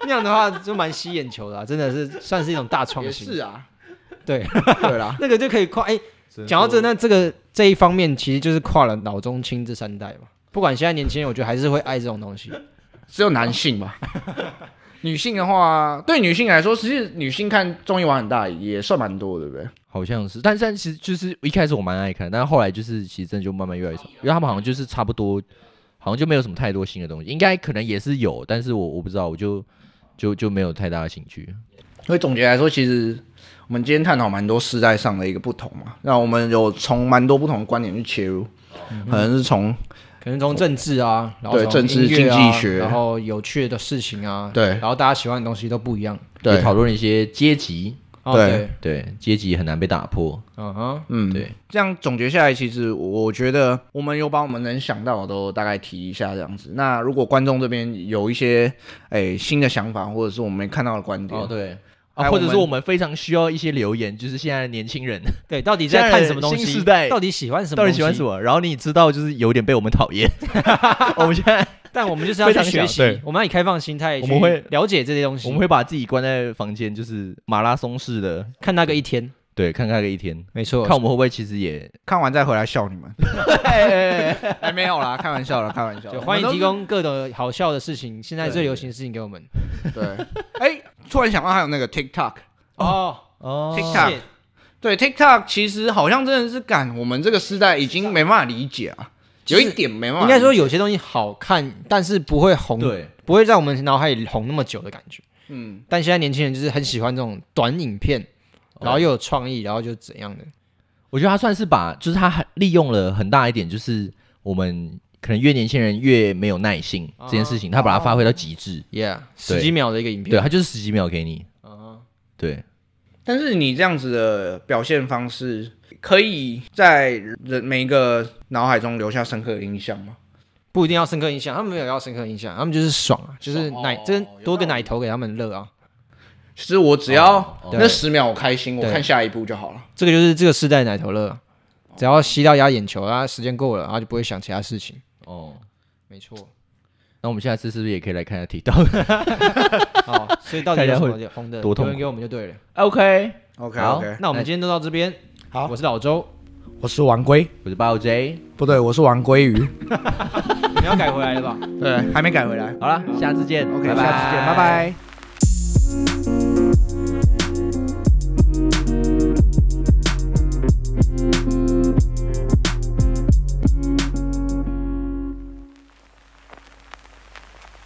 Speaker 3: 那样的话就蛮吸眼球的啊，真的是算是一种大创
Speaker 2: 也
Speaker 3: 新。
Speaker 2: 是啊，
Speaker 3: 对，
Speaker 2: 对啦，
Speaker 3: 那个就可以跨。哎、讲到这，那这个这一方面其实就是跨了老中青这三代嘛。不管现在年轻人，我觉得还是会爱这种东西。
Speaker 2: 只有男性吧。 女性的话，对女性来说，其实女性看综艺玩很大也算蛮多的，对不对？
Speaker 1: 好像是，但但其实就是一开始我蛮爱看，但后来就是其实真的就慢慢越来越少，因为他们好像就是差不多，好像就没有什么太多新的东西，应该可能也是有，但是我我不知道，我就就就没有太大的兴趣。
Speaker 2: 所以总结来说，其实我们今天探讨蛮多世代上的一个不同嘛，那我们有从蛮多不同的观点去切入，
Speaker 1: 嗯
Speaker 2: 可能是从
Speaker 3: 可能从政治啊，然后
Speaker 2: 对
Speaker 3: 从
Speaker 2: 政治
Speaker 3: 音乐啊
Speaker 2: 经济学
Speaker 3: 然后有趣的事情啊，
Speaker 2: 对
Speaker 3: 然后大家喜欢的东西都不一样。
Speaker 1: 也
Speaker 2: 对，
Speaker 1: 讨论一些阶级，
Speaker 3: 哦，
Speaker 2: 对
Speaker 3: 对，
Speaker 1: 对阶级很难被打破，
Speaker 3: 嗯哼，
Speaker 2: 嗯，
Speaker 1: 对，
Speaker 2: 这样总结下来，其实我觉得我们有把我们能想到的都大概提一下这样子。那如果观众这边有一些诶、新的想法，或者是我们没看到的观点，
Speaker 1: 哦对。啊，
Speaker 2: 还有
Speaker 1: 或者
Speaker 2: 我
Speaker 1: 是
Speaker 2: 们
Speaker 1: 我们非常需要一些留言，就是现在的年轻人
Speaker 3: 对，到底在看什么东西？
Speaker 1: 新时代
Speaker 3: 到底喜欢什么？
Speaker 1: 到底喜欢什？么，然后你知道就是有点被我们讨 厌。我们现在
Speaker 3: 但我们就是要去
Speaker 1: 非常
Speaker 3: 学
Speaker 1: 想
Speaker 3: 习
Speaker 1: 对，
Speaker 3: 我们要以开放心态，
Speaker 1: 我们会
Speaker 3: 了解这些东西，
Speaker 1: 我们会把自己关在房间，就是马拉松式的，
Speaker 3: 看那个一天，
Speaker 1: 对，看看个一天，
Speaker 3: 没错
Speaker 1: 看我们会不会其实也
Speaker 2: 看完再回来笑 你们。哎，没有啦，开玩笑啦，开玩笑啦。
Speaker 3: 就欢迎提
Speaker 2: 我
Speaker 3: 供各种好笑的事情，现在最流行的事情给我们。
Speaker 2: 们都。对，哎、突然想到还有那个 TikTok，TikTok，
Speaker 3: 哦，
Speaker 1: 哦
Speaker 3: shit，
Speaker 2: 对 TikTok，其实好像真的是感我们这个时代已经没办法理解啊，有一点没办法
Speaker 3: 应
Speaker 2: 理解。
Speaker 3: 该说有些东西好看，但是不会红，
Speaker 1: 对，
Speaker 3: 不会在我们脑海里红那么久的感觉。
Speaker 2: 嗯，
Speaker 3: 但现在年轻人就是很喜欢这种短影片，然后又有创意，然后就怎样的。
Speaker 1: 我觉得他算是把，就是他很利用了很大一点，就是我们可能越年轻人越没有耐性
Speaker 3: 哦
Speaker 1: 这件事情，他把它发挥到极致。
Speaker 3: Yeah，十
Speaker 1: 对
Speaker 3: 几秒的一个影
Speaker 1: 对，啊
Speaker 3: 片，
Speaker 1: 他就是十几秒给你。
Speaker 3: 嗯
Speaker 1: 对，
Speaker 2: 但是你这样子的表现方式，可以在人每一个脑海中留下深刻的印象吗？
Speaker 3: 不一定要深刻印象，他们没有要深刻印象，他们就是爽啊，就是
Speaker 2: 爽
Speaker 3: 奶，
Speaker 2: 哦
Speaker 3: 这
Speaker 2: 有
Speaker 3: 多
Speaker 2: 道理
Speaker 3: 个奶头给他们乐啊。
Speaker 2: 其实我只要
Speaker 1: 哦
Speaker 2: 那
Speaker 3: 对
Speaker 2: 十秒我开心，我
Speaker 3: 对
Speaker 2: 看下一步就好了。
Speaker 3: 这个就是这个世代的奶头乐啊，只要吸到压眼球，然后时间够了，然后就不会想其他事情。
Speaker 1: 哦，
Speaker 3: 没错，
Speaker 1: 那我们下次是不是也可以来看一下 TikTok？
Speaker 3: 好，所以到底有
Speaker 1: 大家
Speaker 3: 什
Speaker 1: 会
Speaker 3: 么红的
Speaker 1: 多痛
Speaker 3: 留言
Speaker 1: 苦
Speaker 3: 给我们就对了。
Speaker 2: OK OK
Speaker 1: 好
Speaker 2: OK，
Speaker 3: 那我们今天都到这边，
Speaker 2: 好
Speaker 3: 我是老周，
Speaker 2: 我是王龟，
Speaker 1: 我是八五 J，
Speaker 2: 不对，我是王龟鱼。
Speaker 3: 你要改回来了吧？
Speaker 2: 对，还没改回来。
Speaker 1: 好了，下次见
Speaker 2: OK，
Speaker 1: 拜拜
Speaker 2: 下次见，拜拜。